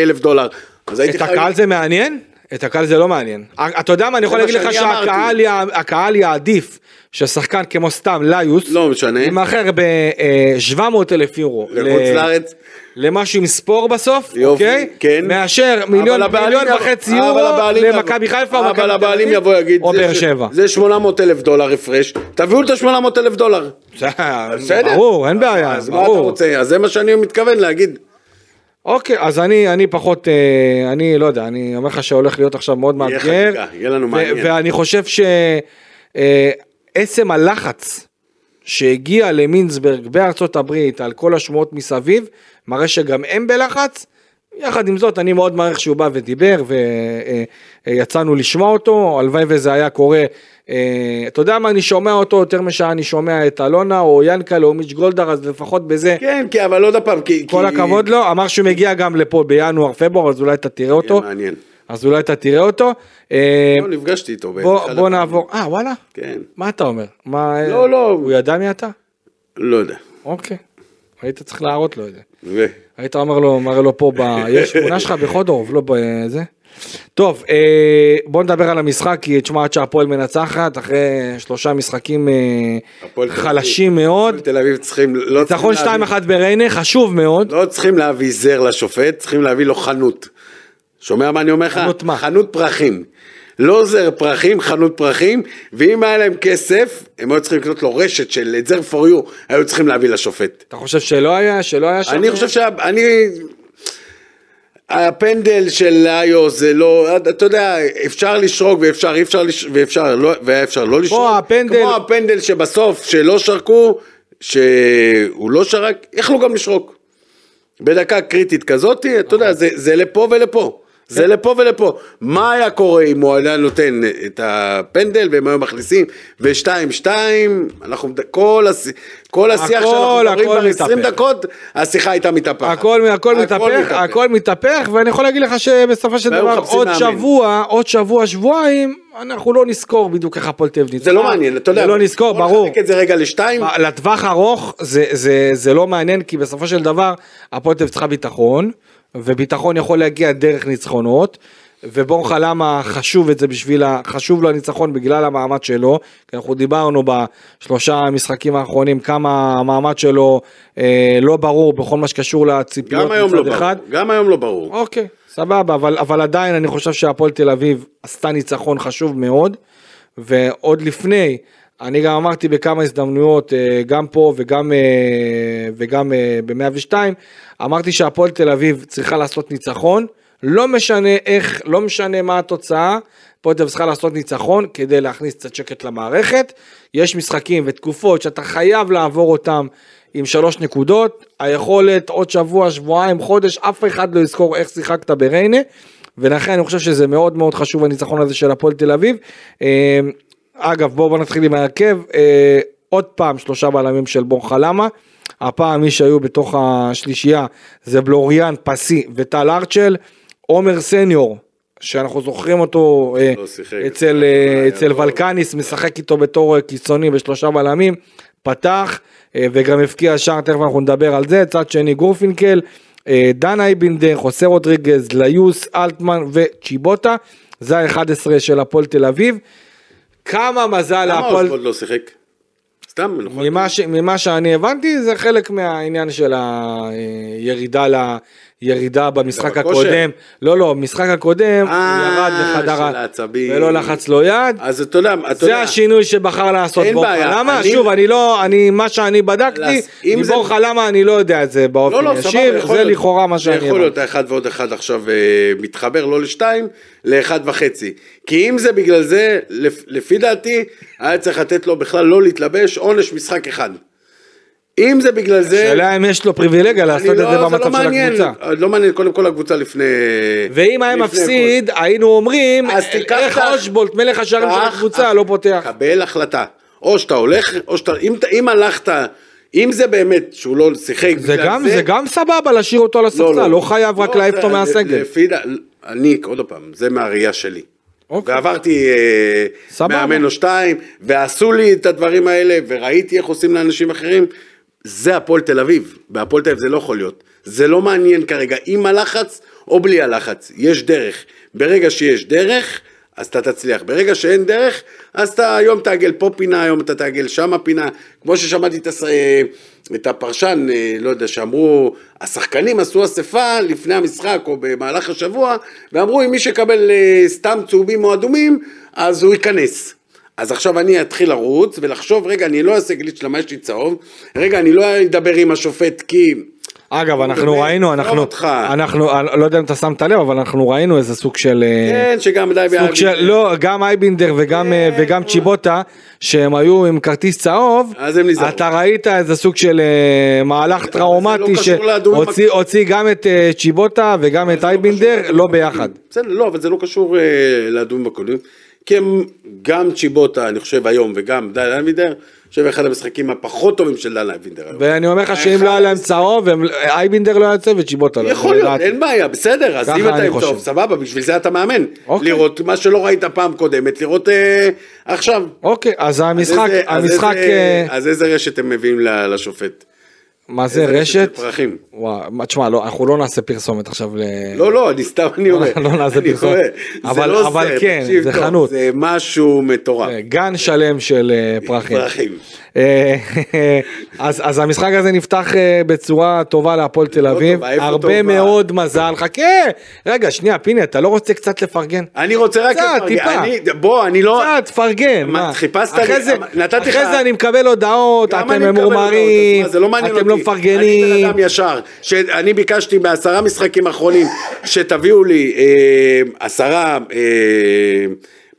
C: אלף דולר. אז הייתי אה,
B: את הקהל זה מעניין? את הקהל זה לא מעניין. אתה יודע מה, אני יכול
C: זה מה
B: להגיד לך
C: שאני אמרתי.
B: שהקהל י- הקהל יעדיף ששחקן כמו סתם ליוס,
C: לא משנה.
B: ימכר ב-700 אלף יורו.
C: לחוץ
B: ל-
C: לארץ.
B: למשהו עם ספור בסוף,
C: יופי,
B: אוקיי?
C: כן.
B: מאשר
C: אבל
B: מיליון
C: הבעלים
B: מיליון
C: יבוא-
B: וחצי
C: אבל
B: יורו
C: הבעלים יבוא-
B: למכבי חיפה או מכבי
C: אבל
B: תל
C: הבעלים
B: אביב
C: יבוא יגיד,
B: או
C: זה
B: באר
C: ש-
B: שבע.
C: זה 800 אלף דולר הפרש, תביאו את ה-800 אלף דולר.
B: בסדר,
C: בסדר.
B: ברור, אין בעיה,
C: אז מה אתה
B: ברור.
C: רוצה? אז זה מה שאני מתכוון להגיד.
B: אוקיי, אז אני, אני פחות, אה, אני לא יודע, אני אומר לך שהולך להיות עכשיו מאוד
C: יהיה
B: מאתגר.
C: חגיגה, יהיה לנו
B: ו-
C: מעניין.
B: ואני חושב שעצם הלחץ שהגיע למינצברג בארצות הברית על כל השמועות מסביב, מראה שגם הם בלחץ. יחד עם זאת, אני מאוד מעריך שהוא בא ודיבר ויצאנו לשמוע אותו, הלוואי וזה היה קורה. אה, אתה יודע מה, אני שומע אותו יותר משעה אני שומע את אלונה או ינקל או מיץ' גולדהר, אז לפחות בזה
C: כן, כי אבל עוד פעם, כי...
B: כל
C: כי- כן,
B: הכבוד לו, אמר שהוא מגיע גם לפה בינואר פברואר אז אולי אתה תראה
C: יהיה
B: אותו,
C: מעניין.
B: אז אולי אתה תראה אותו. אה,
C: לא, נפגשתי איתו.
B: בוא-
C: באחד
B: בוא
C: הפעמים.
B: נעבור, אה וואלה,
C: כן,
B: מה אתה אומר? מה, אה,
C: לא, לא.
B: הוא ידע מי אתה?
C: לא יודע.
B: אוקיי, היית צריך להראות לו את זה.
C: ו-
B: היית אומר לו, מראה לו פה, ב... יש תמונה שלך בחודרוב, לא בזה. טוב, אה, בוא נדבר על המשחק, כי תשמע, עד שהפועל מנצחת, אחרי שלושה משחקים אה,
C: הפועל תל אביב.
B: חלשים מאוד.
C: תל אביב צריכים... לא צריכים
B: ניצחון
C: להביא-
B: 2-1 בריינה, חשוב מאוד.
C: לא צריכים להביא זר לשופט, צריכים להביא לו חנות. שומע מה אני אומר לך?
B: חנות מה?
C: חנות פרחים. לא זר פרחים, חנות פרחים, ואם היה להם כסף, הם היו צריכים לקנות לו רשת של את זר פור יו, היו צריכים להביא לשופט.
B: אתה חושב שלא היה, שלא היה שם?
C: אני חושב שה... אני... הפנדל של איו זה לא, אתה יודע, אפשר לשרוק ואפשר, אי אפשר, לש- ואפשר, לא, והיה אפשר לא לשרוק.
B: הפנדל-
C: כמו הפנדל שבסוף, שלא שרקו, שהוא לא שרק, יכלו גם לשרוק. בדקה קריטית כזאת, אתה
B: נכון.
C: יודע, זה, זה לפה ולפה.
B: כן.
C: זה לפה ולפה. מה היה קורה אם הוא היה נותן את הפנדל והם היו מכניסים, ושתיים, שתיים, אנחנו, מד- כל, הש, כל השיח
B: הכל,
C: שאנחנו מדברים
B: הכל
C: כבר 20
B: מתהפך.
C: דקות, השיחה הייתה מתהפכת.
B: הכל, הכל מתהפך, הכל מתהפך, ואני יכול להגיד לך שבסופו של
C: והיו
B: דבר
C: מחפשים
B: עוד
C: מאמן.
B: שבוע, עוד שבוע, שבועיים, אנחנו לא נזכור בדיוק איך הפועל תל אביב ניצחה.
C: זה לא מעניין, אתה יודע.
B: זה לא נזכור,
C: בוא
B: ברור.
C: נחלק את זה רגע לשתיים.
B: ב- לטווח ארוך זה, זה, זה לא מעניין, כי בסופו של דבר הפועל תל אביב צריכה ביטחון, וביטחון יכול להגיע דרך ניצחונות, וברכה למה חשוב את זה בשביל, ה- חשוב לו הניצחון בגלל המעמד שלו, כי אנחנו דיברנו בשלושה המשחקים האחרונים כמה המעמד שלו אה, לא ברור בכל מה שקשור לציפיות
C: גם היום לא
B: מצד
C: ברור,
B: אחד.
C: גם היום לא ברור.
B: אוקיי, סבבה, אבל, אבל עדיין אני חושב שהפועל תל אביב עשתה ניצחון חשוב מאוד, ועוד לפני, אני גם אמרתי בכמה הזדמנויות, אה, גם פה וגם, אה, וגם ב-102, אמרתי שהפועל תל אביב צריכה לעשות ניצחון, לא משנה איך, לא משנה מה התוצאה, הפועל תל אביב צריכה לעשות ניצחון כדי להכניס קצת שקט למערכת. יש משחקים ותקופות שאתה חייב לעבור אותם עם שלוש נקודות, היכולת עוד שבוע, שבועיים, חודש, אף אחד לא יזכור איך שיחקת בריינה, ולכן אני חושב שזה מאוד מאוד חשוב הניצחון הזה של הפועל תל אביב. אה, אגב, בואו בוא נתחיל עם ההרכב, אה, עוד פעם שלושה בלמים של בורחה למה. הפעם מי שהיו בתוך השלישייה זה בלוריאן, פסי וטל ארצ'ל, עומר סניור, שאנחנו זוכרים אותו אה,
C: לא שיחק. לא
B: אצל,
C: היה
B: אה, אצל
C: טוב.
B: ולקניס, משחק איתו בתור אה, קיצוני בשלושה בלמים, פתח אה, וגם הבקיע שער, תכף אנחנו נדבר על זה, צד שני גורפינקל, אה, דנה אייבינדר, חוסה רודריגז, ליוס, אלטמן וצ'יבוטה, זה ה-11 של הפועל תל אביב. כמה מזל
C: למה
B: להפועל...
C: אוסבולד לא שיחק? סתם, נכון?
B: ממה, ש, ממה שאני הבנתי זה חלק מהעניין של הירידה ל... ירידה במשחק
C: בכושר.
B: הקודם, לא לא, משחק הקודם, הוא
C: אה,
B: ירד
C: של
B: לחדר ה-
C: העצבים.
B: ולא לחץ לו יד,
C: אז אתה יודע, אתה
B: זה
C: יודע,
B: השינוי שבחר לעשות
C: אין
B: בורחה.
C: בעיה,
B: למה?
C: אני-
B: שוב, אני לא, אני, מה שאני בדקתי,
C: לס- אם זה-
B: מבורחה למה אני לא יודע את זה באופן
C: לא, לא, סבבה,
B: ישיר,
C: יכול
B: זה
C: להיות.
B: לכאורה מה
C: זה
B: שאני
C: יכול
B: הבנתי.
C: להיות, האחד ועוד אחד עכשיו אה, מתחבר, לא לשתיים, לאחד וחצי. כי אם זה בגלל זה, לפ- לפי דעתי, היה צריך לתת לו בכלל לא להתלבש, עונש משחק אחד. אם זה בגלל זה...
B: השאלה אם יש לו פריבילגיה
C: אני
B: לעשות את
C: לא-
B: זה
C: לא
B: במצב של
C: מעניין.
B: הקבוצה.
C: לא מעניין, קודם כל הקבוצה לפני...
B: ואם היה
C: לפני
B: מפסיד, היינו אומרים,
C: אז תיקח
B: איך
C: את ה-
B: אושבולט, מלך השערים של
C: קח-
B: הקבוצה, לא פותח.
C: קבל החלטה. או שאתה הולך, או שאתה... אם, אתה- אם הלכת, אם זה באמת שהוא לא שיחק
B: זה גם, זה גם סבבה להשאיר אותו על הספסל, לא חייב רק
C: לא,
B: להעיף אותו
C: זה-
B: מהסגל.
C: לפי דע... אני, עוד פעם, זה מהראייה שלי.
B: אוקיי.
C: ועברתי אה,
B: סבבה.
C: מאמן או שתיים, ועשו לי את הדברים האלה, וראיתי איך עושים לאנשים אחרים. זה הפועל תל אביב, בהפועל תל אביב זה לא יכול להיות. זה לא מעניין כרגע עם הלחץ או בלי הלחץ, יש דרך. ברגע שיש דרך, אז אתה תצליח. ברגע שאין דרך, אז אתה היום תעגל פה פינה, היום אתה תעגל שמה פינה. כמו ששמעתי את, הס... אה, את הפרשן, אה, לא יודע, שאמרו, השחקנים עשו אספה לפני המשחק או במהלך השבוע, ואמרו, אם מי שקבל אה, סתם צהובים או אדומים, אז הוא ייכנס. אז עכשיו אני אתחיל לרוץ ולחשוב, רגע, אני לא אעשה גליץ' למה יש לי צהוב, רגע, אני לא אדבר עם השופט כי...
B: אגב,
C: הוא
B: אנחנו
C: באמת
B: ראינו,
C: שם
B: אנחנו,
C: אותך.
B: אנחנו, אני לא יודע אם אתה שמת לב, אבל אנחנו ראינו איזה סוג של... אה,
C: כן, שגם די...
B: סוג של, לא, גם אייבינדר וגם, אה, וגם צ'יבוטה, שהם היו עם כרטיס צהוב,
C: אז הם נזהרו.
B: אתה ראית איזה סוג של אה, מהלך טראומטי,
C: לא קשור לאדומים
B: שהוציא הוציא גם את אה, צ'יבוטה וגם את אייבינדר, לא ביחד.
C: בסדר, לא, אבל זה לא קשור אה, לאדום בקודם, כי הם גם צ'יבוטה, אני חושב היום, וגם דן אייבינדר, אני חושב אחד המשחקים הפחות טובים של דן אייבינדר היום.
B: ואני אומר לך שאם לא היה להם צהוב, הם- אייבינדר לא היה יוצא וצ'יבוטה לא.
C: יכול להיות,
B: לדעתי.
C: אין בעיה, בסדר, אז
B: ככה
C: אם אתה
B: אני
C: עם
B: חושב.
C: טוב, סבבה, בשביל זה אתה מאמן.
B: אוקיי.
C: לראות מה שלא ראית פעם קודמת, לראות אה, עכשיו.
B: אוקיי, אז המשחק,
C: אז איזה- אז
B: המשחק,
C: איזה-
B: אה,
C: אז איזה רשת הם מביאים ל- לשופט?
B: מה זה
C: איזה רשת
B: רשת?
C: של פרחים.
B: וואו, מה, תשמע, לא, אנחנו לא נעשה פרסומת עכשיו ל...
C: לא, לא, אני סתם, אני אומר.
B: לא נעשה
C: אני
B: פרסומת.
C: אומר,
B: אבל-
C: זה לא
B: אבל
C: זה,
B: כן,
C: תקשיב
B: זה
C: טוב,
B: חנות.
C: זה משהו מטורף.
B: אה, גן שלם של אה, פרחים.
C: פרחים.
B: אה, אז, אז המשחק הזה נפתח אה, בצורה טובה להפועל תל אביב,
C: טובה, איפה
B: הרבה
C: טובה?
B: מאוד מזל, חכה, רגע שנייה פיני אתה לא רוצה קצת לפרגן?
C: אני רוצה רק...
B: קצת,
C: לפרגן.
B: טיפה.
C: אני- בוא, אני לא...
B: קצת, פרגן,
C: מה,
B: מה?
C: חיפשת
B: אחרי
C: לי- אמ,
B: זה,
C: נתתי
B: אחרי
C: לך-
B: זה אני מקבל הודעות,
C: גם אני
B: אתם
C: מקבל הודעות,
B: ממורמרים,
C: אז מה, זה לא מעניין
B: אתם לא
C: אותי. אני
B: מפרגנים,
C: בן אדם ישר, שאני ביקשתי בעשרה משחקים האחרונים שתביאו לי אה, עשרה אה,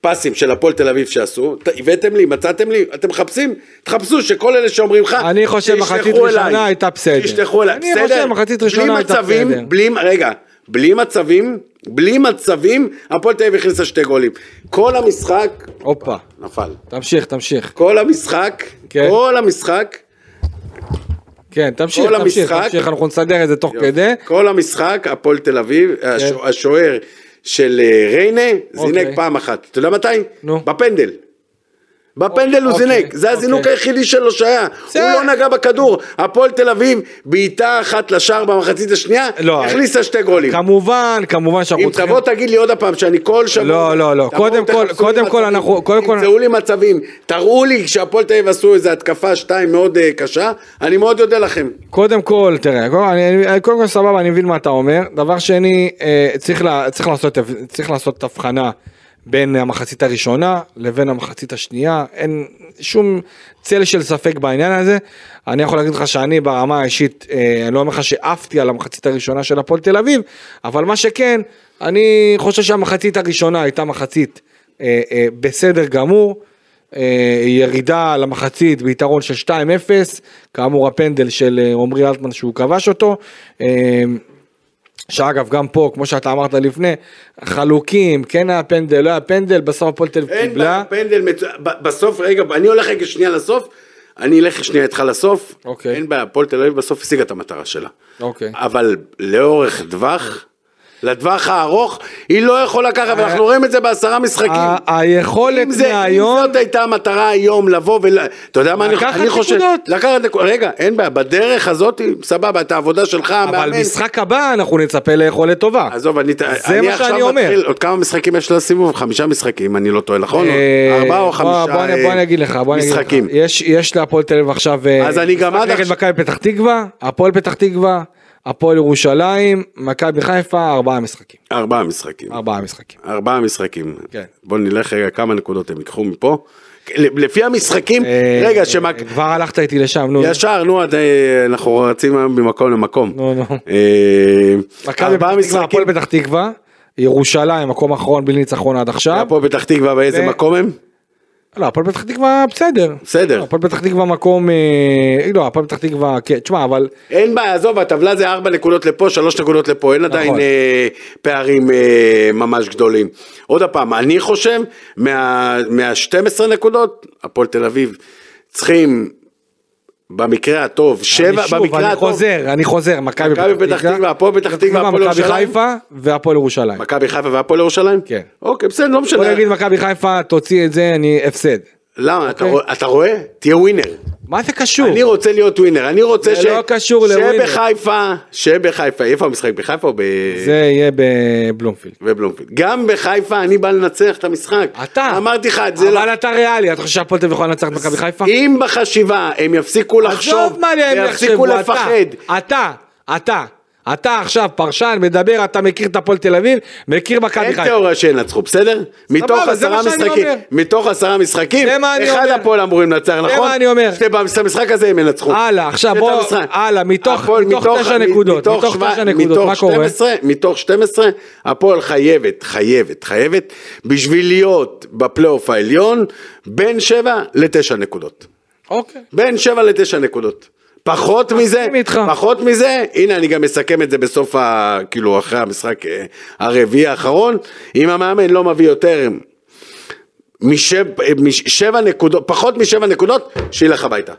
C: פסים של הפועל תל אביב שעשו, ת- הבאתם לי, מצאתם לי, אתם מחפשים, תחפשו שכל אלה שאומרים לך,
B: אני חושב
C: שישלחו
B: מחצית
C: אליי.
B: ראשונה הייתה בסדר.
C: שישלחו אליי,
B: אני
C: בסדר?
B: חושב מחצית ראשונה הייתה
C: בלי
B: בסדר.
C: מצבים, בלי, רגע, בלי מצבים, בלי מצבים, הפועל תל אביב הכניסה שתי גולים. כל המשחק,
B: הופה,
C: נפל.
B: תמשיך תמשיך,
C: כל המשחק,
B: כן.
C: כל המשחק,
B: כן תמשיך
C: כל
B: תמשיך,
C: המשחק-
B: תמשיך, אנחנו נסדר את זה תוך
C: יופי.
B: כדי, כן.
C: כל המשחק, הפועל תל אביב, השו- השוער של אה, ריינה,
B: אוקיי.
C: זינק פעם אחת. אתה יודע מתי?
B: נו.
C: בפנדל. בפנדל הוא
B: אוקיי,
C: זינק, זה הזינוק
B: אוקיי.
C: היחידי שלו שהיה, הוא
B: בסדר.
C: לא נגע בכדור, הפועל תל אביב בעיטה אחת לשער במחצית השנייה,
B: לא,
C: הכניסה שתי גולים.
B: כמובן, כמובן שאנחנו
C: אם
B: צריכים...
C: תבוא תגיד לי עוד הפעם שאני כל שבוע...
B: לא, לא, לא.
C: תבואו,
B: קודם כל-
C: תחפשו לי
B: קודם כל
C: מצבים,
B: אנחנו- קודם כל-
C: תמצאו לי מצבים, תראו לי כשהפועל תל אביב עשו איזו התקפה שתיים מאוד אה, קשה, אני מאוד אודה לכם.
B: קודם כל, תראה, קודם, אני, אני- קודם כל סבבה, אני מבין מה אתה אומר. דבר שני, אה, צריך, לה, צריך, לעשות, הבד- צריך לעשות הבחנה בין המחצית הראשונה לבין המחצית השנייה. אין שום צל של ספק בעניין הזה. אני יכול להגיד לך שאני ברמה האישית, אה, אני לא אומר לך שעפתי על המחצית הראשונה של הפועל תל אביב, אבל מה שכן, אני חושב שהמחצית הראשונה הייתה מחצית אה, אה, בסדר גמור. אה, ירידה למחצית ביתרון של 2-0, כאמור הפנדל של אה, עמרי אלטמן שהוא כבש אותו. אה, שאגב, גם פה, כמו שאתה אמרת לפני, חלוקים, כן היה פנדל, לא היה פנדל, בסוף הפועל תל אביב
C: אין
B: קיבלה.
C: בה פנדל, מצו- ב- בסוף, רגע, אני הולך רגע שנייה לסוף, אני אלך שנייה איתך לסוף,
B: אוקיי.
C: אין בעיה, הפועל תל אביב בסוף השיגה את המטרה שלה.
B: אוקיי.
C: אבל לאורך טווח, לטווח הארוך, היא לא יכולה ככה, ואנחנו רואים את זה בעשרה משחקים.
B: אה, ה- היכולת
C: אם זה-
B: מהיום,
C: אם זאת הייתה המטרה היום לבוא ול... אתה יודע מה אני,
B: לקחת
C: אני חושב?
B: נקודות.
C: לקחת נקודות. רגע, אין בעיה, בדרך הזאת, סבבה, את העבודה שלך,
B: אבל
C: המאמן.
B: משחק הבא אנחנו נצפה ליכולת טובה.
C: עזוב, אני,
B: זה
C: אני
B: מה
C: עכשיו
B: שאני אומר.
C: מתחיל, עוד כמה משחקים יש לסיבוב? חמישה משחקים, אני לא טועה, נכון?
B: אה,
C: ארבעה או
B: בוא-
C: חמישה
B: בוא אני-
C: אה,
B: בוא אני אגיד לך, בוא אני אגיד לך.
C: משחקים.
B: יש- יש להפועל תל אביב עכשיו... אה,
C: אז אני גם
B: משחק
C: עד
B: נגד
C: עכשיו-
B: מכבי פתח תקווה, הפועל פתח תקווה, הפועל ירושלים, מכבי חיפה, ארבעה משחקים.
C: ארבעה משחקים.
B: ארבעה משחקים.
C: ארבעה משחקים.
B: כן.
C: בוא נלך רגע, כמה נקודות הם ייקחו מפה? לפי המשחקים,
B: אה,
C: רגע,
B: אה,
C: שמק...
B: כבר הלכת איתי לשם, נו.
C: ישר, נו, עד, אה, אנחנו רצים היום ממקום למקום.
B: נו, נו.
C: אה,
B: מכבי פתח
C: ארבעה
B: תקווה,
C: משחקים,
B: הפועל פתח תקווה, ירושלים, מקום אחרון בלי ניצחון עד עכשיו.
C: הפועל פתח תקווה באיזה
B: ו-
C: מקום הם?
B: לא, הפועל פתח תקווה בסדר.
C: בסדר.
B: לא, הפועל פתח תקווה מקום... אה, לא, הפועל פתח תקווה, כן, תשמע, אבל...
C: אין בעיה, עזוב, הטבלה זה ארבע נקודות לפה, שלוש נקודות לפה, אין
B: נכון.
C: עדיין אה, פערים אה, ממש גדולים. עוד פעם, אני חושב, מה, מה-12 נקודות, הפועל תל אביב צריכים, במקרה הטוב, שבע,
B: אני שוב,
C: במקרה
B: אני
C: הטוב,
B: חוזר, אני חוזר, מכבי
C: מכבי פתח תקווה, הפועל פתח תקווה, הפועל
B: מכבי
C: ירושלים.
B: חיפה והפועל ירושלים.
C: מכבי חיפה והפועל ירושלים?
B: כן.
C: אוקיי, בסדר, לא
B: בוא
C: משנה.
B: נגיד מכבי חיפה, תוציא את זה, אני הפסד.
C: למה,
B: אוקיי.
C: אתה רוא- אתה רואה? תהיה ווינר.
B: מה זה קשור?
C: אני רוצה להיות ווינר, אני רוצה
B: זה
C: ש...
B: לא קשור לווינר.
C: שבחיפה, שבחיפה, איפה המשחק? בחיפה או ב...
B: זה יהיה בבלומפילד.
C: ובלומפילד. גם בחיפה אני בא לנצח את המשחק.
B: אתה.
C: אמרתי לך את זה. לא.
B: אבל אתה ריאלי, אתה חושב שהפועל תל אביב יכולה לנצח את מכבי חיפה?
C: אם בחשיבה הם יפסיקו לחשוב,
B: עזוב מה להם
C: ויפסיקו
B: יחשבו, אתה,
C: לפחד.
B: אתה, אתה, אתה עכשיו פרשן, מדבר, אתה מכיר את הפועל תל אביב, מכיר מכבי
C: אין
B: חיפה.
C: תיאוריה שינצחו, בסדר? מתוך
B: זה
C: עשרה
B: מה שאני
C: משחקים,
B: אומר.
C: מתוך עשרה משחקים,
B: זה מה אני
C: אחד
B: אומר.
C: הפועל אמורים לנצח, נכון?
B: מה אני אומר.
C: שאת המשחק הזה הם ינצחו.
B: הלאה, עכשיו
C: שאת
B: בוא-
C: המשחק.
B: הלאה, מתוך-
C: הפועל
B: מתוך תשע
C: מ-
B: נקודות, מתוך
C: שבע-
B: תשע נקודות,
C: מתוך
B: מה קורה?
C: 12, מתוך 12, הפועל חייבת, חייבת, חייבת, בשביל להיות בפלייאוף העליון, בין 7 ל-9 נקודות.
B: אוקיי.
C: בין 7 ל-9 נקודות. פחות מזה,
B: מסכים איתך.
C: פחות מזה, הנה אני גם מסכם את זה בסוף ה... כאילו אחרי המשחק אה, הרביעי האחרון, אם המאמן לא מביא יותר משב, אה, מש, שבע נקודות, פחות משבע נקודות, שילך הביתה.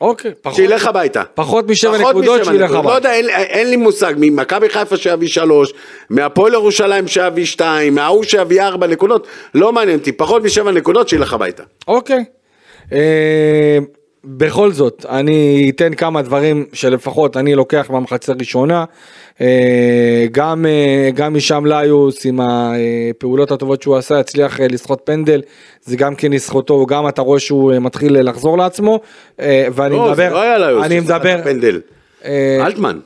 B: אוקיי, פחות.
C: שילך הביתה.
B: פחות משבע
C: פחות
B: נקודות,
C: משבע
B: שילך
C: נקודות.
B: הביתה.
C: לא יודע, אין, אין לי מושג, ממכבי חיפה שיביא שלוש, מהפועל ירושלים שיביא שתיים, מההוא שיביא ארבע נקודות, לא מעניין אותי, פחות משבע נקודות, שילך הביתה.
B: אוקיי. אה, בכל זאת, אני אתן כמה דברים שלפחות אני לוקח מהמחצית הראשונה. אה, גם, אה, גם משם ליוס עם הפעולות הטובות שהוא עשה, הצליח אה, לסחוט פנדל, זה גם כן לזכותו, גם אתה רואה שהוא אה, מתחיל אה, לחזור לעצמו. אה, ואני
C: לא, זה
B: מדבר,
C: לא היה ליוס,
B: אני
C: שסחט את
B: מדבר,
C: הפנדל.
B: אה,
C: אלטמן.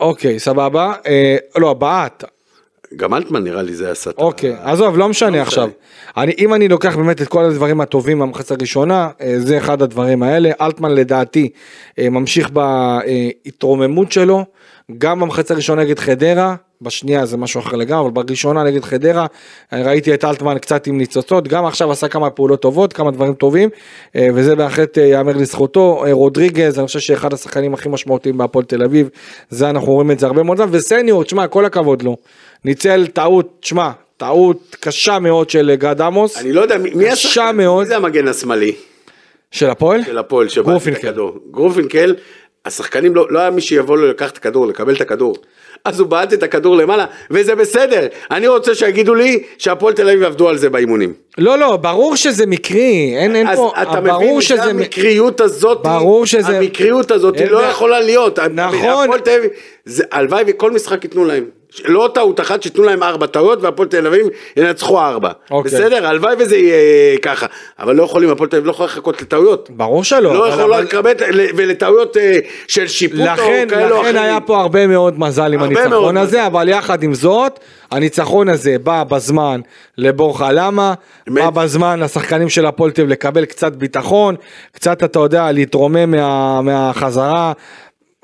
B: אוקיי, סבבה. אה, לא, בעט,
C: גם אלטמן נראה לי זה עשה את ה-
B: אוקיי, עזוב, לא משנה עכשיו. אני, אם אני לוקח באמת את כל הדברים הטובים מהמחצה הראשונה, אה, זה אחד הדברים האלה. אלטמן לדעתי אה, ממשיך בהתרוממות שלו, גם במחצה הראשונה נגד חדרה, בשנייה זה משהו אחר לגמרי, אבל בראשונה נגד חדרה, אה, ראיתי את אלטמן קצת עם ניצוצות, גם עכשיו עשה כמה פעולות טובות, כמה דברים טובים, אה, וזה בהחלט אה, ייאמר לזכותו. אה, רודריגז, אני חושב שאחד השחקנים הכי משמעותיים בהפועל תל אביב, זה אנחנו רואים את זה הרבה מאוד זמן, וסניור, תשמע, כל הכבוד לו. ניצל טעות, תשמע, טעות קשה מאוד של אה, גד עמוס,
C: אני לא יודע, מי- מי
B: קשה
C: השחקן?
B: מאוד.
C: מי זה המגן השמאלי
B: של הפועל.
C: של הפועל שבא?
B: גרופינקל.
C: את הכדור? גרופינקל השחקנים לא, לא היה מי שיבוא לו לקחת את הכדור, לקבל את הכדור. אז הוא בעט את הכדור למעלה, וזה בסדר. אני רוצה שיגידו לי שהפועל תל אביב עבדו על זה באימונים.
B: לא, לא, ברור שזה מקרי, אין, אין
C: אז
B: פה, אה,
C: אתה
B: ברור
C: מבין, שזה...
B: שזה... מ-
C: המקריות הזאת,
B: ברור שזה-
C: המקריות הזאת
B: אין
C: לא
B: בעיה.
C: יכולה להיות.
B: נכון.
C: הפועל תל אביב, זה- הלוואי וכל משחק ייתנו להם. לא טעות אחת, שייתנו להם ארבע טעויות והפועל תל אביב ינצחו ארבע.
B: אוקיי.
C: בסדר? הלוואי וזה יהיה אה, ככה. אבל לא יכולים, הפועל תל אביב לא יכולה לחכות לטעויות.
B: ברור שלא.
C: לא
B: אבל-
C: יכולה
B: אבל-
C: לקבל ולטעויות אה, של שיפוט או
B: לכן,
C: כאלה או אחרים.
B: לכן היה פה הרבה מאוד מזל עם
C: הרבה
B: הניצחון
C: מאוד
B: הזה, אבל יחד עם זאת, הניצחון הזה בא בזמן לבורחה למה,
C: אמת.
B: בא בזמן לשחקנים של הפועל תל אביב לקבל קצת ביטחון, קצת, אתה יודע, להתרומם מה, מהחזרה.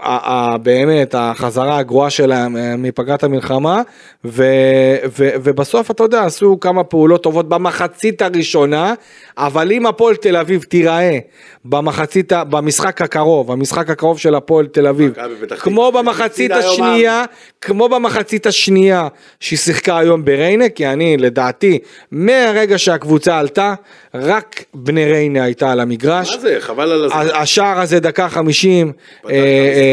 B: ה- ה- באמת החזרה הגרועה שלהם אה, מפגרת המלחמה ו, ו, ובסוף אתה יודע עשו כמה פעולות טובות במחצית הראשונה אבל אם הפועל תל אביב תיראה במחצית ה- במשחק הקרוב המשחק הקרוב של הפועל תל אביב
C: מכבי פתח תקווה.
B: כמו במחצית
C: הפסידה היום
B: השנייה כמו במחצית השנייה שהיא שיחקה היום בריינה כי אני לדעתי מהרגע שהקבוצה עלתה רק בני ריינה הייתה על המגרש.
C: מה זה? חבל על הזמן.
B: ה- השער הזה דקה חמישים
C: פתח את המשחק,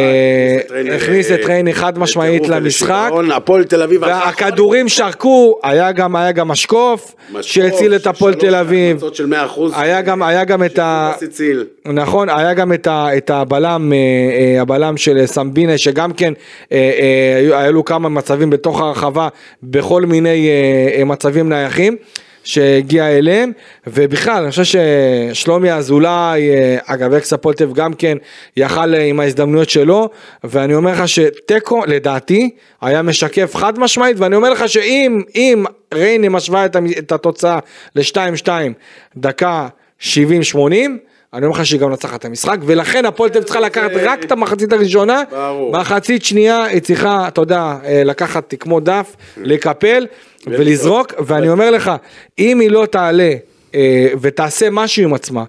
B: אה, הכניס את ריינה חד משמעית
C: לטירוף
B: למשחק
C: ולשיגעון. הפועל תל אביב הלכה
B: והכדורים שרקו היה גם היה גם משקוף
C: משקוף,
B: שהציל את הפועל
C: שלוש
B: תל אביב
C: החמצות של 100%.
B: היה גם היה גם את ה...
C: שיפוט הציל.
B: נכון, היה גם את, ה, את הבלם, אה, אה, הבלם של סמבינה, שגם כן אה, אה, היו- היו לו כמה מצבים בתוך הרחבה, בכל מיני אה, אה, מצבים נייחים. שהגיע אליהם, ובכלל, אני חושב ששלומי אזולאי, אה, אגב, אקס הפועל תל אביב גם כן, יכל אה, עם ההזדמנויות שלו, ואני אומר לך שתיקו, לדעתי, היה משקף חד משמעית, ואני אומר לך שאם, אם ריינה משווה את, המ- את התוצאה ל-2-2, דקה 70-80, אני אומר לך שהיא גם נצחת את המשחק, ולכן הפועל תל אביב צריכה לקחת רק את המחצית הראשונה,
C: ברור.
B: מחצית שנייה היא צריכה, אתה יודע, אה, לקחת כמו דף, לקפל ולזרוק, ואני אומר לך, אם היא לא תעלה אה, ותעשה משהו עם עצמה,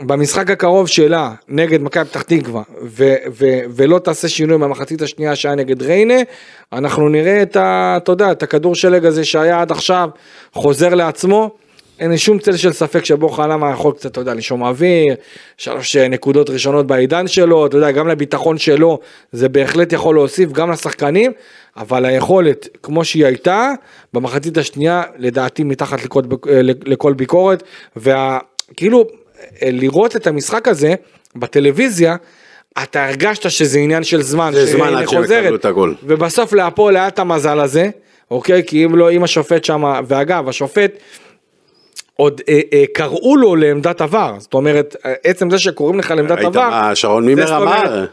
B: במשחק הקרוב שלה נגד מכבי פתח תקווה ו- ו- ולא תעשה שינוי מהמחצית השנייה שהיה נגד ריינה אנחנו נראה את ה... אתה יודע, את הכדור שלג הזה שהיה עד עכשיו חוזר לעצמו אין לי שום צל של ספק שבוכר למה יכול קצת, אתה יודע, לנשום אוויר, שלוש אה, נקודות ראשונות בעידן שלו, אתה יודע, גם לביטחון שלו זה בהחלט יכול להוסיף, גם לשחקנים, אבל היכולת, כמו שהיא הייתה, במחצית השנייה, לדעתי מתחת לכל, ביק- אה, לכל ביקורת, כאילו, וכאילו, אה, לראות את המשחק הזה בטלוויזיה, אתה הרגשת שזה עניין של זמן,
C: זה זמן
B: שהנה
C: עד שהם
B: חוזרת.
C: יקבלו את הגול.
B: ובסוף להפועל היה את המזל הזה, אוקיי? כי אם לא, אם השופט שם, ואגב, השופט עוד אה, אה, קראו לו לעמדת עבר, זאת אומרת, אה, עצם זה שקוראים לך לעמדת
C: ראית
B: עבר,
C: מה שרון
B: זה
C: מימר
B: זאת אומרת-
C: אמר?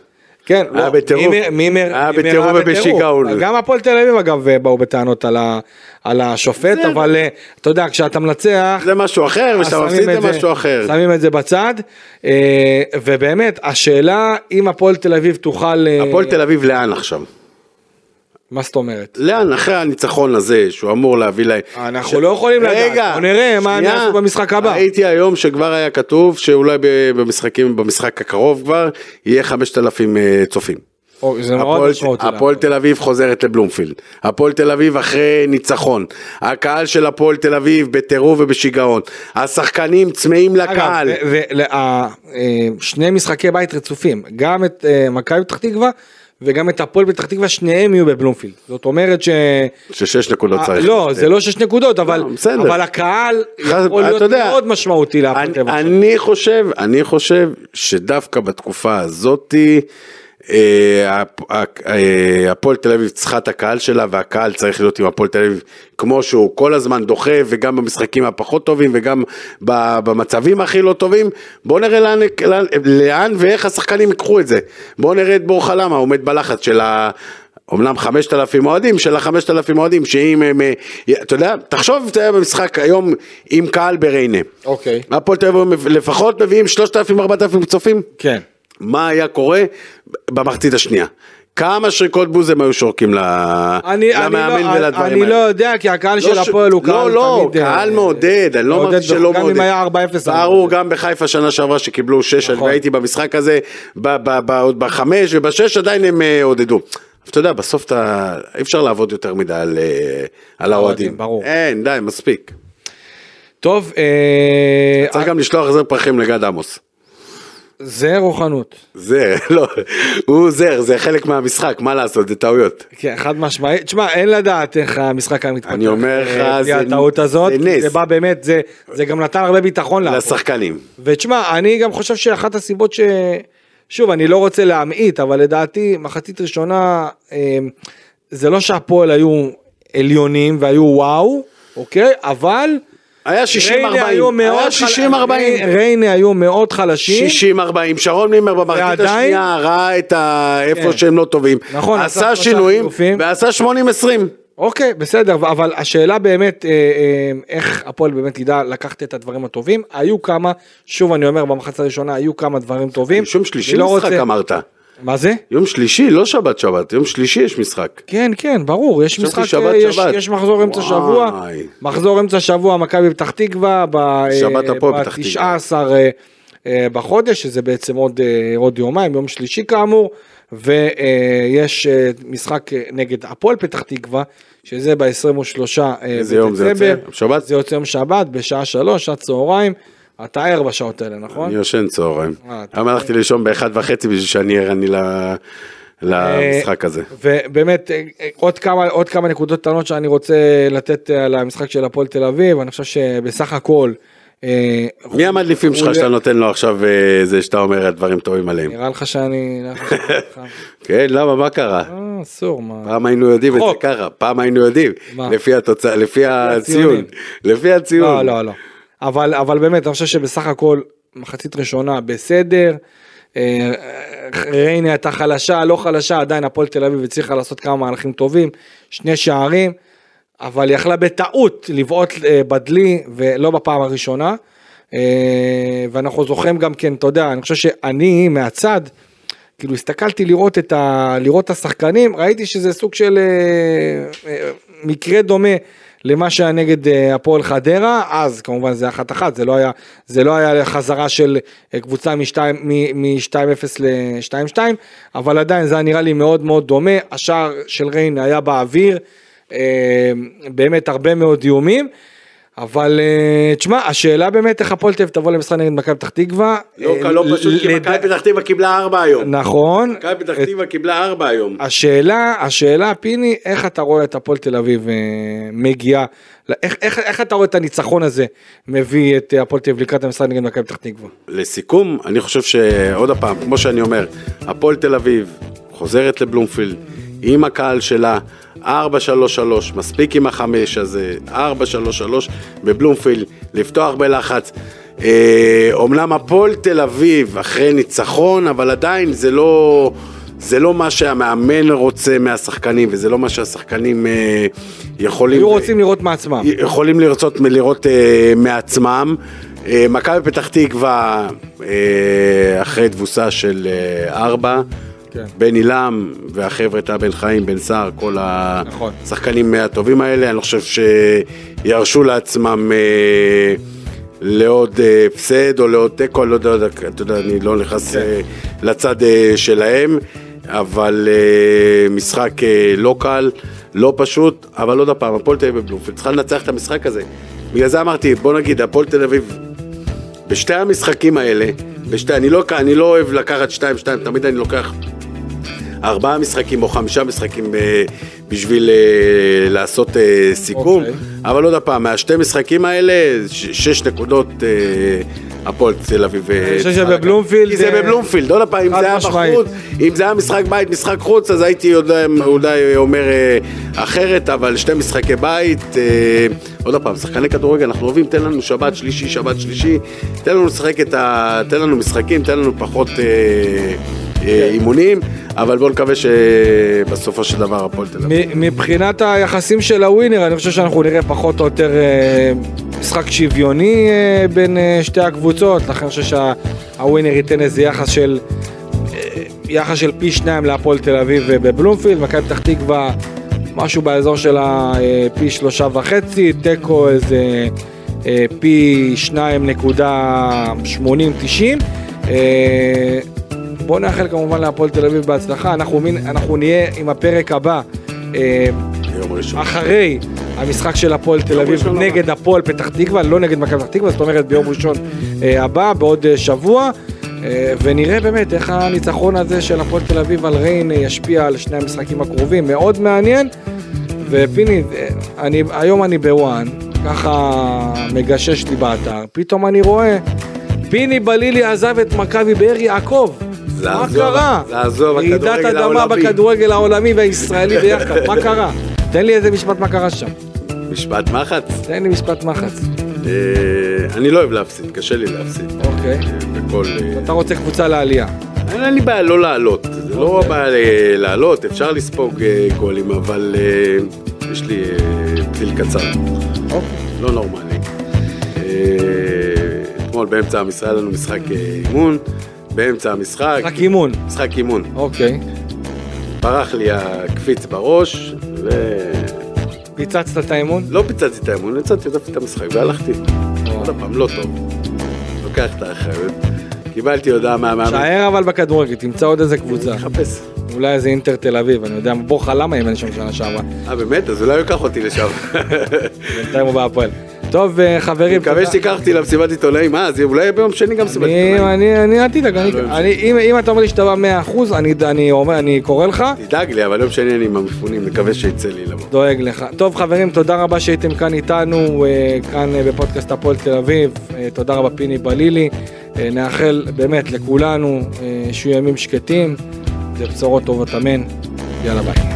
B: כן,
C: היה בטירוף.
B: מימר- מימר,
C: היה
B: מימר
C: בטירוף ובשיגעון.
B: גם הפועל תל אביב אגב אה, באו בטענות על, ה, על השופט,
C: בסדר.
B: אבל אה, אתה יודע, כשאתה מנצח,
C: זה משהו אחר,
B: אז
C: וכשאתה
B: שמים
C: מפסיד
B: את
C: זה משהו אחר.
B: שמים את זה בצד, אה, ובאמת, השאלה אם הפועל תל אביב תוכל, אה,
C: הפועל תל אביב לאן עכשיו?
B: מה זאת אומרת?
C: לאן אחרי הניצחון הזה שהוא אמור להביא להם?
B: אנחנו לא יכולים לדעת.
C: רגע,
B: בוא נראה מה הם
C: שנייה.
B: יעשו במשחק הבא.
C: ראיתי היום שכבר היה כתוב שאולי ב- במשחקים, במשחק הקרוב כבר, יהיה 5,000 אה, צופים.
B: אוי, זה מאוד
C: הפועל-
B: משמעותי.
C: הפועל תל אביב חוזרת לבלומפילד, הפועל תל אביב אחרי ניצחון, הקהל של הפועל תל אביב בטירוף ובשיגעון, השחקנים צמאים לקהל,
B: אגב, ו- ו- ה- אה, שני משחקי בית רצופים, גם את אה, מכבי פתח תקווה וגם את הפועל פתח תקווה, שניהם יהיו בבלומפילד. זאת אומרת ש...
C: ששש נקודות
B: אה,
C: צריך.
B: לא, זה לא שש נקודות, אבל
C: בסדר.
B: אבל הקהל
C: חס-
B: יכול
C: אתה
B: להיות
C: יודע,
B: מאוד משמעותי להפועל
C: אני,
B: תל אביב.
C: אני חושב, אני חושב שדווקא בתקופה הזאתי, אה, הפ- ה- אה, הפועל תל אביב צריכה את הקהל שלה והקהל צריך להיות עם הפועל תל אביב כמו שהוא כל הזמן דוחה וגם במשחקים הפחות טובים וגם ב- במצבים הכי לא טובים בוא נראה לאן, לאן, לאן ואיך השחקנים ייקחו את זה בוא נראה את בורחה למה עומד בלחץ של ה... אמנם 5,000 אוהדים, של ה-5,000 אוהדים, שאם הם, אה, אתה יודע, תחשוב, אתה יודע, במשחק היום עם קהל בריינה.
B: אוקיי.
C: הפועל תל אביב מב- לפחות מביאים 3,000-4,000 צופים.
B: כן.
C: מה היה קורה במחצית השנייה? כמה שריקות בוז הם היו שורקים ל-
B: אני, אני, לא,
C: למאמן
B: אני,
C: ולדברים
B: אני לא
C: האלה?
B: יודע, כי הקהל של
C: ש-
B: הפועל הוא קהל
C: לא,
B: תמיד...
C: לא,
B: אה,
C: קהל מעודד, אני לא אמרתי שלא מעודד.
B: גם אם היה 4-0.
C: ברור, גם בחיפה שנה שעברה שקיבלו 6,
B: נכון.
C: אני הייתי במשחק הזה, ב- ב- ב- עוד בחמש ובשש עדיין הם אה, עודדו. אבל אתה יודע, בסוף אתה, אי אפשר לעבוד יותר מדי על, אה, על האוהדים.
B: ברור.
C: אין, די, מספיק.
B: טוב, אה,
C: צריך גם לשלוח החזר פרחים לגד עמוס.
B: זר או חנות?
C: זר, לא, הוא זר, זה חלק מהמשחק, מה לעשות, זה טעויות.
B: כן, חד משמעית. תשמע, אין לדעת איך המשחק היה מתפתח.
C: אני אומר לך,
B: אה, בלי
C: זה-
B: הטעות הזאת,
C: זה נס.
B: זה בא באמת, זה- זה גם נתן הרבה ביטחון להפועל.
C: לשחקנים.
B: ותשמע, אני גם חושב שאחת הסיבות ש... שוב, אני לא רוצה להמעיט, אבל לדעתי, מחצית ראשונה, אה, זה לא שהפועל היו עליונים והיו וואו, אוקיי? אבל...
C: היה 60-40.
B: ריינה היו מאוד חל- ריי-
C: היה
B: ריינה היו מאוד חלשים.
C: 60-40. 60-40. שרון מימר במחצית
B: ועדיין-
C: השנייה ראה את ה...
B: כן.
C: איפה שהם לא טובים.
B: נכון, עשה
C: עשה
B: שלושה
C: שינויים,
B: חילופים.
C: ועשה 80-20.
B: אוקיי, בסדר, אבל השאלה באמת, אה, אה, איך הפועל באמת ידע לקחת את הדברים הטובים. היו כמה, שוב אני אומר, במחצית הראשונה היו כמה דברים טובים.
C: יום שלישי
B: אני לא
C: משחק
B: רוצה-
C: אמרת.
B: מה זה?
C: יום שלישי, לא שבת שבת, יום שלישי יש משחק.
B: כן, כן, ברור, יש
C: חשבתי
B: משחק,
C: שבת,
B: יש,
C: שבת.
B: יש מחזור אמצע
C: וואי.
B: שבוע, מחזור אמצע שבוע, מכבי פתח תקווה, ב-
C: שבת
B: אה,
C: הפועל פתח תקווה.
B: ב-19 אה, אה, בחודש, שזה בעצם עוד, אה, עוד יומיים, יום שלישי כאמור, ויש משחק אה, נגד הפועל פתח תקווה, שזה ב-23
C: איזה יום זה יוצא? שבת?
B: זה יוצא יום שבת, בשעה שלוש, עד צהריים, אתה ער בשעות האלה, נכון?
C: אני יושן צהריים.
B: אה, אתה- אה,
C: היום הלכתי לישון באחד וחצי בשביל שאני ערני ל- למשחק הזה.
B: ובאמת אה, אה, עוד כמה עוד כמה נקודות קטנות שאני רוצה לתת אה, על המשחק של הפועל תל אביב אני חושב שבסך הכל אה,
C: מי המדליפים שלך
B: הוא- לא-
C: שאתה לא- נותן לו עכשיו אה, זה שאתה אומר הדברים טובים עליהם?
B: נראה לך שאני נראה לך שאני-
C: כן, למה, מה קרה?
B: אה, אסור מה
C: פעם היינו יודעים את זה
B: חוק.
C: ככה, פעם היינו יודעים,
B: מה?
C: לפי התוצאה, לפי הציון,
B: הציונים.
C: לפי
B: לא
C: הציון.
B: לא לא אבל אבל באמת אני חושב שבסך הכל מחצית ראשונה בסדר. אה, אה, ריינה הייתה חלשה לא חלשה עדיין הפועל תל אביב הצליחה לעשות כמה מהלכים טובים שני שערים אבל היא יכלה בטעות לבעוט אה, בדלי ולא בפעם הראשונה. אה, ואנחנו זוכרים גם כן, אתה יודע, אני חושב שאני מהצד, כאילו הסתכלתי לראות את, ה, לראות את השחקנים, ראיתי שזה סוג של אה, אה, מקרה דומה למה שהיה נגד אה, הפועל חדרה, אז כמובן זה אחת אחת, זה לא היה, זה לא היה חזרה של אה, קבוצה מ-2-0 ל-2-2, אבל עדיין זה היה נראה לי מאוד מאוד דומה, השער של ריין היה באוויר. אה, באמת הרבה מאוד איומים. אבל אה, תשמע, השאלה באמת איך הפועל תל אביב תבוא למשחק נגד מכבי פתח תקווה.
C: יוקה
B: אה,
C: לא
B: ל-
C: פשוט, כי
B: לד-
C: מכבי פתח תקווה קיבלה ארבע היום.
B: נכון.
C: מכבי פתח תקווה קיבלה ארבע היום.
B: השאלה, השאלה פיני, איך אתה רואה את הפועל תל אביב אה, מגיעה, לא, איך, איך, איך אתה רואה את הניצחון הזה מביא את אה, הפועל תל אביב לקראת המשחק נגד מכבי פתח תקווה?
C: לסיכום, אני חושב שעוד פעם, כמו שאני אומר, הפועל תל אביב חוזרת לבלומפילד עם הקהל שלה, 4-3-3, מספיק עם החמש הזה, 4-3-3 בבלומפילד, לפתוח בלחץ. אה, אומנם הפועל תל אביב אחרי ניצחון, אבל עדיין זה לא... זה לא מה שהמאמן רוצה מהשחקנים, וזה לא מה שהשחקנים אה, יכולים...
B: היו רוצים לראות מעצמם.
C: יכולים לרצות מ- לראות אה, מעצמם. אה, מכבי פתח תקווה אה, אחרי תבוסה של אה, ארבע.
B: כן.
C: בן עילם והחבר'ה טל בן חיים, בן סער, כל
B: נכון.
C: השחקנים הטובים האלה, אני לא חושב שירשו לעצמם אה, לעוד אה, הפסד או לעוד תיקו, אני לא יודע, אתה יודע, אני לא נכנס אה, לצד אה, שלהם, אבל אה, משחק אה, לא קל, לא פשוט, אבל עוד פעם, הפועל תל אביב בבלומפילד צריכה לנצח את המשחק הזה. בגלל זה אמרתי, בוא נגיד, הפועל תל אביב בשתי המשחקים האלה, בשתי, אני, לא, אני לא אוהב לקחת 2-2, תמיד אני לוקח ארבעה משחקים או חמישה משחקים אה, בשביל אה, לעשות אה, סיכום,
B: אוקיי.
C: אבל עוד פעם, מהשתי משחקים האלה, ש- שש נקודות אה, הפועל תל אביב. אה,
B: אני חושב
C: צריכה לקחת.
B: שבבלומפילד,
C: כי זה
B: אה,
C: בבלומפילד, עוד פעם, אם
B: חד
C: זה היה
B: משמעית.
C: בחוץ, אם זה היה משחק בית, משחק חוץ, אז הייתי עוד- לא- אולי אומר אה, אחרת, אבל שתי משחקי בית, אה, עוד פעם, שחקני כדורגל, אנחנו אוהבים, תן לנו שבת, שלישי, שבת, שלישי, תן לנו לשחק את ה... תן לנו משחקים, תן לנו פחות אה, אה, אימונים, אבל בואו נקווה שבסופו של דבר הפועל תל אביב.
B: מ- מבחינת היחסים של הווינר, אני חושב שאנחנו נראה פחות או יותר אה, משחק שוויוני אה, בין אה, שתי הקבוצות, לכן אני חושב שהווינר ייתן איזה יחס של אה, יחס של פי שניים להפועל תל אביב אה, בבלומפילד, מכבי פתח תקווה משהו באזור של הפי שלושה וחצי, תיקו איזה אה, פי שניים נקודה שמונים תשעים. אה, בואו נאחל כמובן להפועל תל אביב בהצלחה, אנחנו, מין, אנחנו נהיה עם הפרק הבא. אה,
C: יום ראשון.
B: אחרי המשחק של הפועל תל
C: יום
B: אביב
C: ראשון הבא.
B: נגד הפועל פתח תקווה, לא נגד מכבי פתח תקווה, זאת אומרת ביום ראשון אה, הבא, בעוד אה, שבוע. אה, ונראה באמת איך הניצחון הזה של הפועל תל אביב על ריין אה, ישפיע על שני המשחקים הקרובים. מאוד מעניין. ופיני, אה, אני, היום אני בוואן, ככה מגשש לי באתר, פתאום אני רואה, פיני בלילי עזב את מכבי באר יעקב.
C: זה
B: מה
C: עזוב,
B: קרה?
C: זה עזוב,
B: רעידת
C: הכדורגל
B: אדמה
C: העולמי.
B: בכדורגל העולמי והישראלי ביחד, מה קרה? תן לי איזה משפט מה קרה שם,
C: משפט מחץ?
B: תן לי משפט מחץ.
C: אה, אני לא אוהב להפסיד, קשה לי להפסיד.
B: אוקיי.
C: אה, בכל... אה,
B: אתה רוצה קבוצה לעלייה.
C: אין אין לי בעיה לא לעלות, זה לא
B: אוקיי.
C: בעיה אה, לעלות, אפשר לספוג אה, גולים, אבל אה, יש לי אה, פתיל קצר,
B: אוקיי.
C: לא נורמלי. אה, אתמול באמצע המשחק היה לנו משחק אה, אימון, באמצע המשחק,
B: רק אימון.
C: משחק אימון.
B: אוקיי.
C: ברח לי הקפיץ בראש, ולא
B: פיצצת את האימון?
C: פיצצתי את האמון, יצאתי, עזבתי את המשחק והלכתי. עוד פעם, לא טוב. לוקח את האחריות. קיבלתי הודעה מהמאמן.
B: שער אבל בכדורגל, תמצא עוד איזה קבוצה.
C: תחפש.
B: אולי איזה אינטר תל אביב, אני יודע, בוכה למה אם אין שם שנה שעברה.
C: אה, באמת? אז אולי הוא ייקח אותי לשם.
B: בינתיים הוא בהפועל. טוב, אה,
C: אני
B: חברים,
C: מקווה שתיקח אותי למסיבת עיתונאים. אה, אז אולי ביום שני גם מסיבת
B: אני,
C: עיתונאים.
B: אני, אני, אל תדאג, אני-
C: לא
B: אני- אם- אם אתה אומר לי שאתה בא 100%, אני- אני אומר- אני קורא לך,
C: תדאג לי, אבל יום שני אני עם המפונים, מקווה שיצא לי לבוא.
B: דואג לך. טוב חברים, תודה רבה שהייתם כאן איתנו, אה, כאן אה, בפודקאסט הפועל תל אביב. אה, תודה רבה פיני בלילי. אה, נאחל באמת לכולנו אה, שיהיו ימים שקטים ובשורות טובות, אמן. יאללה ביי.